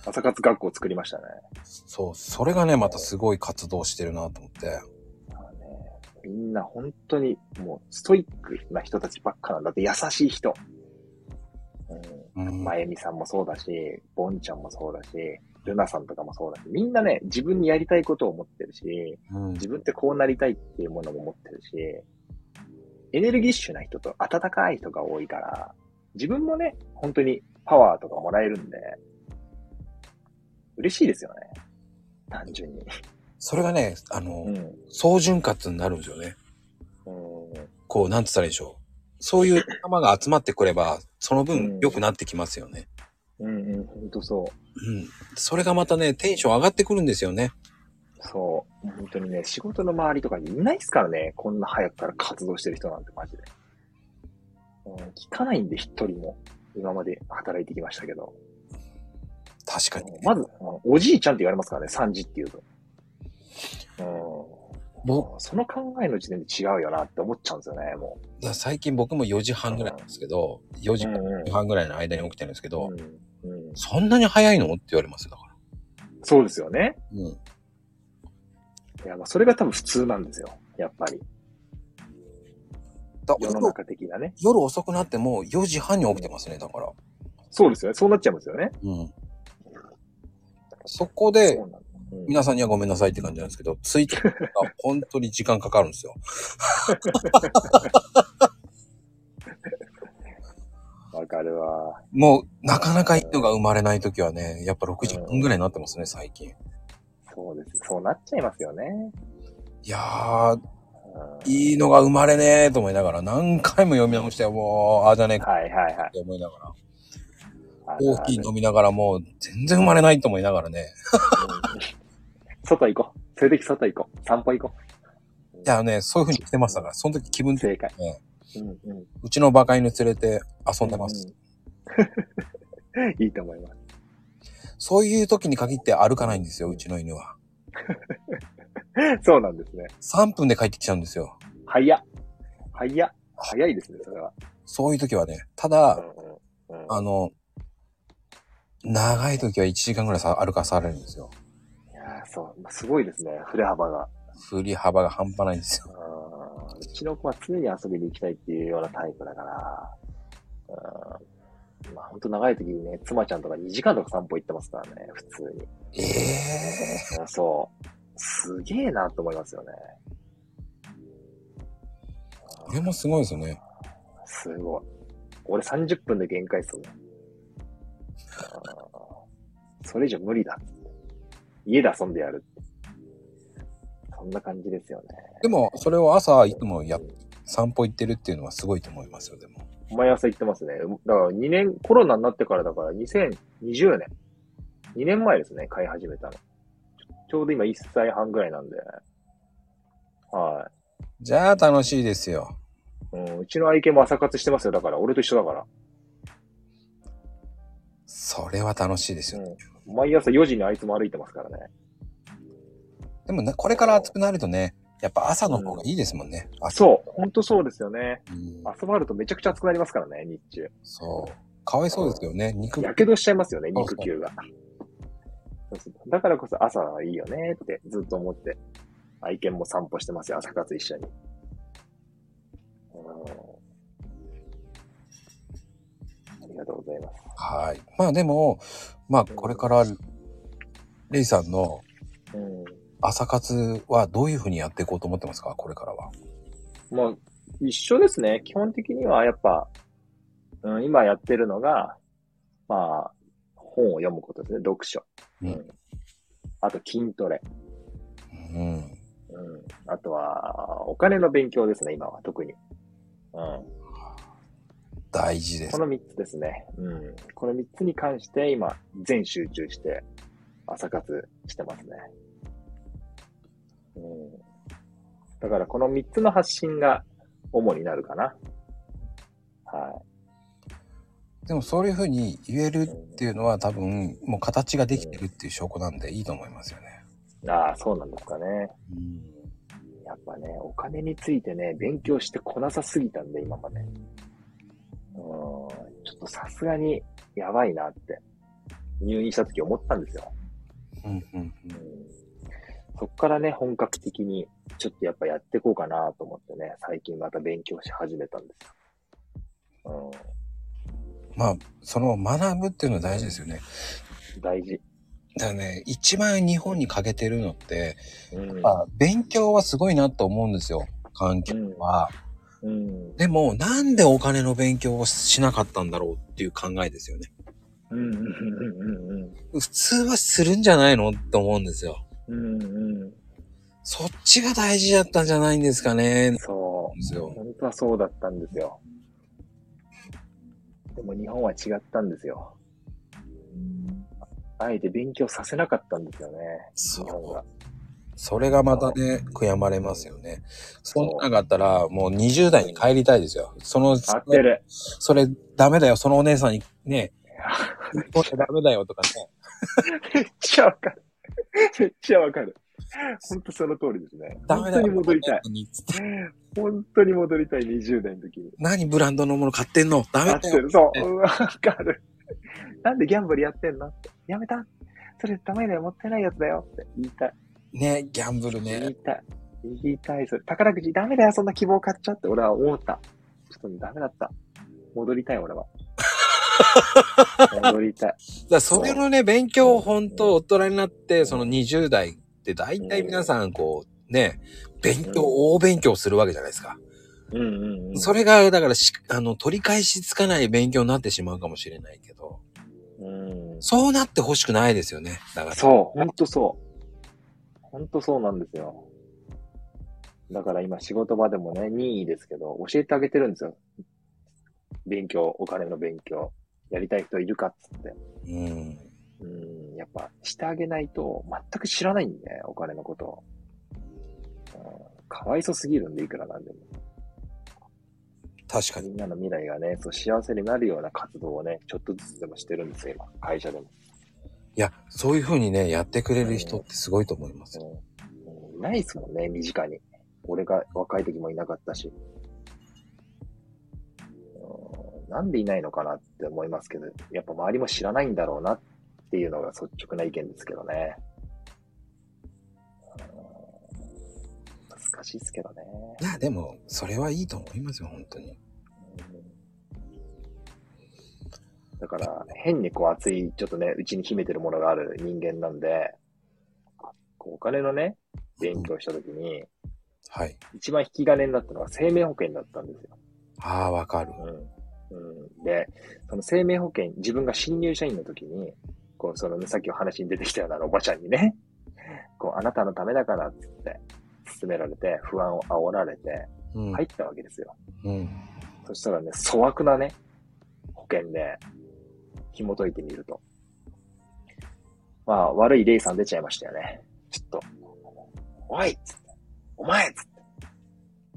Speaker 2: 朝活学校作りましたね。
Speaker 1: そう、それがね、またすごい活動してるなと思って。
Speaker 2: まあねみんな本当にもうストイックな人たちばっかなんだって優しい人。う
Speaker 1: うん
Speaker 2: ん。まゆみさんもそうだし、ぼんちゃんもそうだし、ルナさんとかもそうだし、みんなね、自分にやりたいことを持ってるし、
Speaker 1: うん
Speaker 2: 自分ってこうなりたいっていうものも持ってるし、エネルギッシュな人と温かい人が多いから、自分もね、本当にパワーとかもらえるんで、嬉しいですよね。単純に。
Speaker 1: それがね、あの、
Speaker 2: うん。
Speaker 1: 総潤滑になるんですよね。
Speaker 2: うん
Speaker 1: こう、なんつったらいいでしょう。そういう仲間が集まってくれば、その
Speaker 2: う
Speaker 1: 分
Speaker 2: ん
Speaker 1: 良くなってきますよね。
Speaker 2: うんうん、本当そう。
Speaker 1: うん。それがまたね、テンション上がってくるんですよね。
Speaker 2: そう。本当にね、仕事の周りとかにいないですからね、こんな早くから活動してる人なんてマジで。うん、聞かないんで、一人も。今まで働いてきましたけど。
Speaker 1: 確かに。
Speaker 2: まず、うんおじいちゃんって言われますからね、3時って言うと。
Speaker 1: 僕、
Speaker 2: うん。その考えの時点で違うよなって思っちゃうんですよね、も
Speaker 1: だから最近僕も4時半ぐらいなんですけど、4
Speaker 2: う。
Speaker 1: 時
Speaker 2: うんうん
Speaker 1: 半ぐらいの間に起きてるんですけど、
Speaker 2: うんうん
Speaker 1: そんなに早いのって言われますよだから。
Speaker 2: そうですよね。
Speaker 1: うん。
Speaker 2: いや、まあ、それが多分普通なんですよ。やっぱり。
Speaker 1: だ
Speaker 2: 世の
Speaker 1: 夜
Speaker 2: 中的なね。
Speaker 1: 夜遅くなっても4時半に起きてますね、だから。
Speaker 2: そうですよね。そうなっちゃいますよね。
Speaker 1: うん。そこで
Speaker 2: そ、うなんですうん
Speaker 1: 皆さんにはごめんなさいって感じなんですけど、ついてくるのが本当に時間かかるんですよ。
Speaker 2: わかるわ。
Speaker 1: もう、なかなかいいのが生まれない時はね、やっぱ6時半ぐらいになってますね、最近。
Speaker 2: そうです。そうなっちゃいますよね。
Speaker 1: いやー、
Speaker 2: うん
Speaker 1: いいのが生まれねーと思いながら、何回も読み直して、もう、ああだね、っ
Speaker 2: はいはいはい
Speaker 1: て思いながら、
Speaker 2: ある
Speaker 1: コ
Speaker 2: あ
Speaker 1: ー
Speaker 2: る。
Speaker 1: ヒー飲みながらもう、全然生まれないと思いながらね。
Speaker 2: うん外行こう。そういう時外行こう。散歩行こう。
Speaker 1: いやね、そういう風に来てましたから、その時気分的に
Speaker 2: 正解。
Speaker 1: ね、
Speaker 2: うんうん。
Speaker 1: うちのバカ犬連れて遊んでます。
Speaker 2: うん。 いいと思います。
Speaker 1: そういう時に限って歩かないんですよ、うちの犬は。
Speaker 2: そうなんですね。
Speaker 1: 3分で帰ってきちゃうんですよ。
Speaker 2: 早っ。早っ。早いですね、それは。
Speaker 1: そういう時はね。た
Speaker 2: う
Speaker 1: だ、
Speaker 2: んうんうん
Speaker 1: あの、長い時は1時間ぐらいさ歩かされるんですよ。
Speaker 2: いやーそう。すごいですね、振れ幅が。
Speaker 1: 振り幅が半端ないんですよ。
Speaker 2: うんうちの子は常に遊びに行きたいっていうようなタイプだから。うんまあ、本当長い時にね、妻ちゃんとか2時間とか散歩行ってますからね、普通に。
Speaker 1: ええ
Speaker 2: うんそう。すげえなと思いますよね。
Speaker 1: これもすごいですよね。
Speaker 2: すごい。俺30分で限界っすよ。あーそれ以上無理だ。家で遊んでやる。そんな感じですよね。
Speaker 1: でも、それを朝いつもや、散歩行ってるっていうのはすごいと思いますよ、でも。
Speaker 2: 毎朝行ってますね。だから2年、コロナになってからだから2020年。2年前ですね、飼い始めたの。ちょうど今1歳半ぐらいなんで。は
Speaker 1: じゃあ楽しいですよ。
Speaker 2: い。うん、うちの愛犬も朝活してますよ。だから、俺と一緒だから。
Speaker 1: それは楽しいですよ。
Speaker 2: うん。毎朝4時にあいつも歩いてますからね。
Speaker 1: でもな、これから暑くなるとね、やっぱ朝の方がいいですもんね。朝。
Speaker 2: そう。ほんとそうですよね。
Speaker 1: うん
Speaker 2: 朝回るとめちゃくちゃ暑くなりますからね、日中。
Speaker 1: そう。かわいそうですよね。肉。
Speaker 2: やけどしちゃいますよね、
Speaker 1: そう
Speaker 2: 肉球が。そうそうだからこそ朝はいいよねってずっと思って、愛犬も散歩してますよ、朝活一緒に。うんありがとうございます。
Speaker 1: はい。まあでも、まあこれから、レイさんの
Speaker 2: うん
Speaker 1: 朝活はどういうふうにやっていこうと思ってますかこれからは。
Speaker 2: もう一緒ですね。基本的にはやっぱ、うん、今やってるのが、まあ、本を読むことですね。読書。
Speaker 1: うん
Speaker 2: あと筋トレ。
Speaker 1: うん。
Speaker 2: うん。あとは、お金の勉強ですね、今は特に。うん。
Speaker 1: 大事で
Speaker 2: こ
Speaker 1: す。
Speaker 2: の3つですね。うん。この3つに関して今、全集中して、朝活してますね。うん。だからこの3つの発信が主になるかな。は
Speaker 1: でもそういうふうに言え
Speaker 2: い。
Speaker 1: るっていうのは多分もう形ができてるっていう証拠なんでいいと思いますよね。
Speaker 2: ああ、そうなんですかね。
Speaker 1: うん。
Speaker 2: やっぱね、お金についてね、勉強してこなさすぎたんで、今まで。うん。ちょっとさすがに、やばいなって、入院した時思ったんですよ。
Speaker 1: うんうんうん
Speaker 2: そこからね、本格的に、ちょっとやっぱやっていこうかなと思ってね、最近また勉強し始めたんですよ。
Speaker 1: まあ、その学ぶっていうのは大事ですよね。
Speaker 2: うん、大事。
Speaker 1: だからね、一番日本に欠けてるのって、
Speaker 2: うん。
Speaker 1: まあ、勉強はすごいなと思うんですよ。環境は。
Speaker 2: うん。
Speaker 1: でも、なんでお金の勉強をしなかったんだろうっていう考えですよね。
Speaker 2: うん。うん。う
Speaker 1: 普
Speaker 2: ん。
Speaker 1: 通はするんじゃないのって思うんですよ。
Speaker 2: うん。うん。
Speaker 1: そっちが大事だったんじゃないんですかね。
Speaker 2: そ
Speaker 1: です
Speaker 2: う。
Speaker 1: よ。
Speaker 2: 本当はそうだったんですよ。でも日本は違ったんですよ。あえて勉強させなかったんですよね。
Speaker 1: そ
Speaker 2: 日本
Speaker 1: う
Speaker 2: が。。
Speaker 1: それがまたね、悔やまれますよね。そんなかったら、もう20代に帰りたいですよ。その、
Speaker 2: 合ってる。
Speaker 1: それダメだよ。そのお姉さんにね、これダメだよとかね。
Speaker 2: めっちゃわかる。めっちゃわかる。本当その通りですね。
Speaker 1: ダメだ
Speaker 2: 本当
Speaker 1: よ。
Speaker 2: に戻りたい。
Speaker 1: つって
Speaker 2: 本当に戻りたい、20代の時に。
Speaker 1: 何ブランドのもの買ってんのダメ
Speaker 2: 合っ
Speaker 1: だ
Speaker 2: て
Speaker 1: よ。
Speaker 2: る。そう。うんわかる。なんでギャンブルやってんのってやめたそれダメだよ、持ってないやつだよって言いたい。
Speaker 1: ね、ギャンブル
Speaker 2: 言
Speaker 1: ね
Speaker 2: い。たい。言いたい。それ宝くじダメだよ、そんな希望買っちゃって俺は思った。ちょっとダメだった。戻りたい、俺 は。戻りたい。
Speaker 1: だからそれのね、勉強を本当大人になって、その20代って大体皆さんこう、ね、勉強、大勉強するわけじゃないですか。
Speaker 2: うんうん、うん。
Speaker 1: それが、だからし、あの、取り返しつかない勉強になってしまうかもしれないけど、
Speaker 2: うん。
Speaker 1: そうなってほしくないですよね。だから。
Speaker 2: そう、ほんとそう。ほんとそうなんですよ。だから今仕事場でもね、任意ですけど、教えてあげてるんですよ。勉強、お金の勉強、やりたい人いるかっつって。
Speaker 1: うん。
Speaker 2: うん、やっぱしてあげないと全く知らないんで、お金のことを。うんかわいそすぎるんで、いくらなんでも。
Speaker 1: 確かに。
Speaker 2: みんなの未来がね、そう幸せになるような活動をね、ちょっとずつでもしてるんですよ、今。会社でも。
Speaker 1: いや、そういうふうにね、やってくれる人ってすごいと思います。
Speaker 2: うんうん、ないですもんね、身近に。俺が若い時もいなかったし。うんなんでいないのかなって思いますけど、やっぱ周りも知らないんだろうなっていうのが率直な意見ですけどね。うん難しいですけどね。
Speaker 1: いや、でも、それはいいと思いますよ、本当に。
Speaker 2: だから、変にこう熱い、ちょっとね、うちに秘めてるものがある人間なんで、こうお金のね、勉強したときに、
Speaker 1: はい。
Speaker 2: 一番引き金になったのは生命保険だったんですよ。
Speaker 1: ああ、わかる。
Speaker 2: うんうん、で、その生命保険、自分が新入社員の時に、こう、そのね、さっきお話に出てきたようなおばちゃんにね、こう、あなたのためだからってって、勧められて、不安を煽られて、
Speaker 1: うん。
Speaker 2: 入ったわけですよ。
Speaker 1: うん。
Speaker 2: そしたらね、粗悪なね、保険で、紐解いてみると。まあ、悪いレイさん出ちゃいましたよね。ちょっと、おいっつって、お前っつって、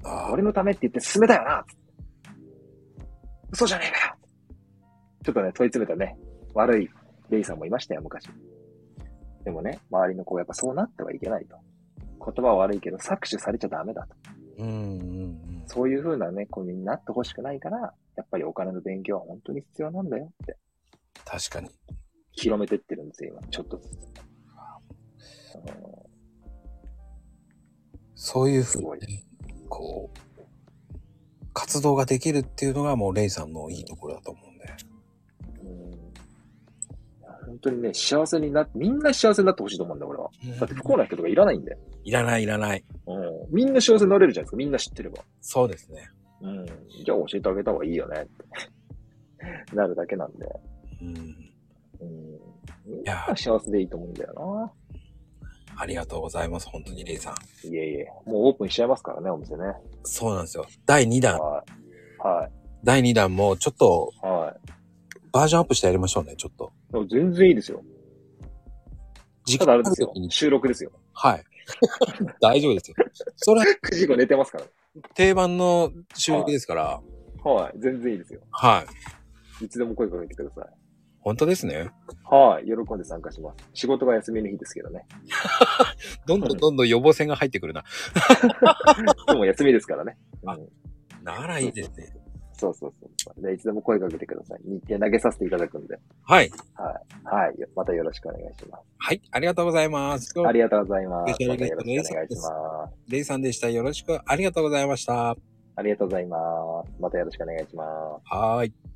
Speaker 1: あ
Speaker 2: 俺のためって言って進めたよなっつって嘘じゃねえかよちょっとね、問い詰めたね、悪いレイさんもいましたよ、昔。でもね、周りの子がやっぱそうなってはいけないと。言葉は悪いけど、搾取されちゃダメだと。
Speaker 1: うんうん
Speaker 2: そういう風なね、子になってほしくないから、やっぱりお金の勉強は本当に必要なんだよって、
Speaker 1: 確かに。
Speaker 2: 広めてってるんですよ、今。ちょっとずつ。あの
Speaker 1: そういうふ
Speaker 2: すご
Speaker 1: う
Speaker 2: い
Speaker 1: に、こう、活動ができるっていうのがもうレイさんのいいところだと思うんで。
Speaker 2: うん本当にね、幸せになって、みんな幸せになってほしいと思うんだよ、俺は。だって不幸な人とかいらないんで。
Speaker 1: いらないいらない。
Speaker 2: うん。みんな幸せになれるじゃないですか。みんな知ってれば。
Speaker 1: そうですね。
Speaker 2: うん。じゃあ教えてあげた方がいいよねって。 なるだけなんで。
Speaker 1: うん。
Speaker 2: うん。みん
Speaker 1: や
Speaker 2: な幸せでいいと思うんだよ
Speaker 1: ありがとうございます。本当にレイさん。
Speaker 2: な。いえいえ。もうオープンしちゃいますからね、お店ね。
Speaker 1: そうなんですよ。第2弾、
Speaker 2: はい。は
Speaker 1: 第2弾もちょっと
Speaker 2: い。は
Speaker 1: バージョンアップしてやりましょうね、ちょっと。
Speaker 2: い。でも全然いいですよ。
Speaker 1: 時
Speaker 2: ただあれ
Speaker 1: あ
Speaker 2: で
Speaker 1: る
Speaker 2: すよ
Speaker 1: 時。に。
Speaker 2: 収録ですよ。
Speaker 1: はい。 大丈夫ですよ。それは
Speaker 2: 9時以降寝てますから。
Speaker 1: 定番の収録ですから。
Speaker 2: はい。全然いいですよ。
Speaker 1: はい。
Speaker 2: いつでも声かけてください。
Speaker 1: 本当ですね。
Speaker 2: はい。喜んで参加します。仕事が休みの日ですけどね。
Speaker 1: どんどんどんどん予防線が入ってくるな。
Speaker 2: でも休みですからね。う
Speaker 1: あ
Speaker 2: ん。
Speaker 1: ならいいですね。
Speaker 2: そうそうそう。で、いつでも声かけてください。日程投げさせていただくんで。
Speaker 1: はい。
Speaker 2: はい。よまたよろしくお願いします。
Speaker 1: はい。ありがとうございます。
Speaker 2: ありがとうございます。
Speaker 1: よろ
Speaker 2: ま
Speaker 1: したく
Speaker 2: よろ
Speaker 1: お
Speaker 2: しく
Speaker 1: 願いし
Speaker 2: お願い
Speaker 1: ま
Speaker 2: し
Speaker 1: す
Speaker 2: ます。
Speaker 1: レイさんでした。よろしくありがとうございました。
Speaker 2: ありがとうございます。またよろしくお願いします。
Speaker 1: はーい。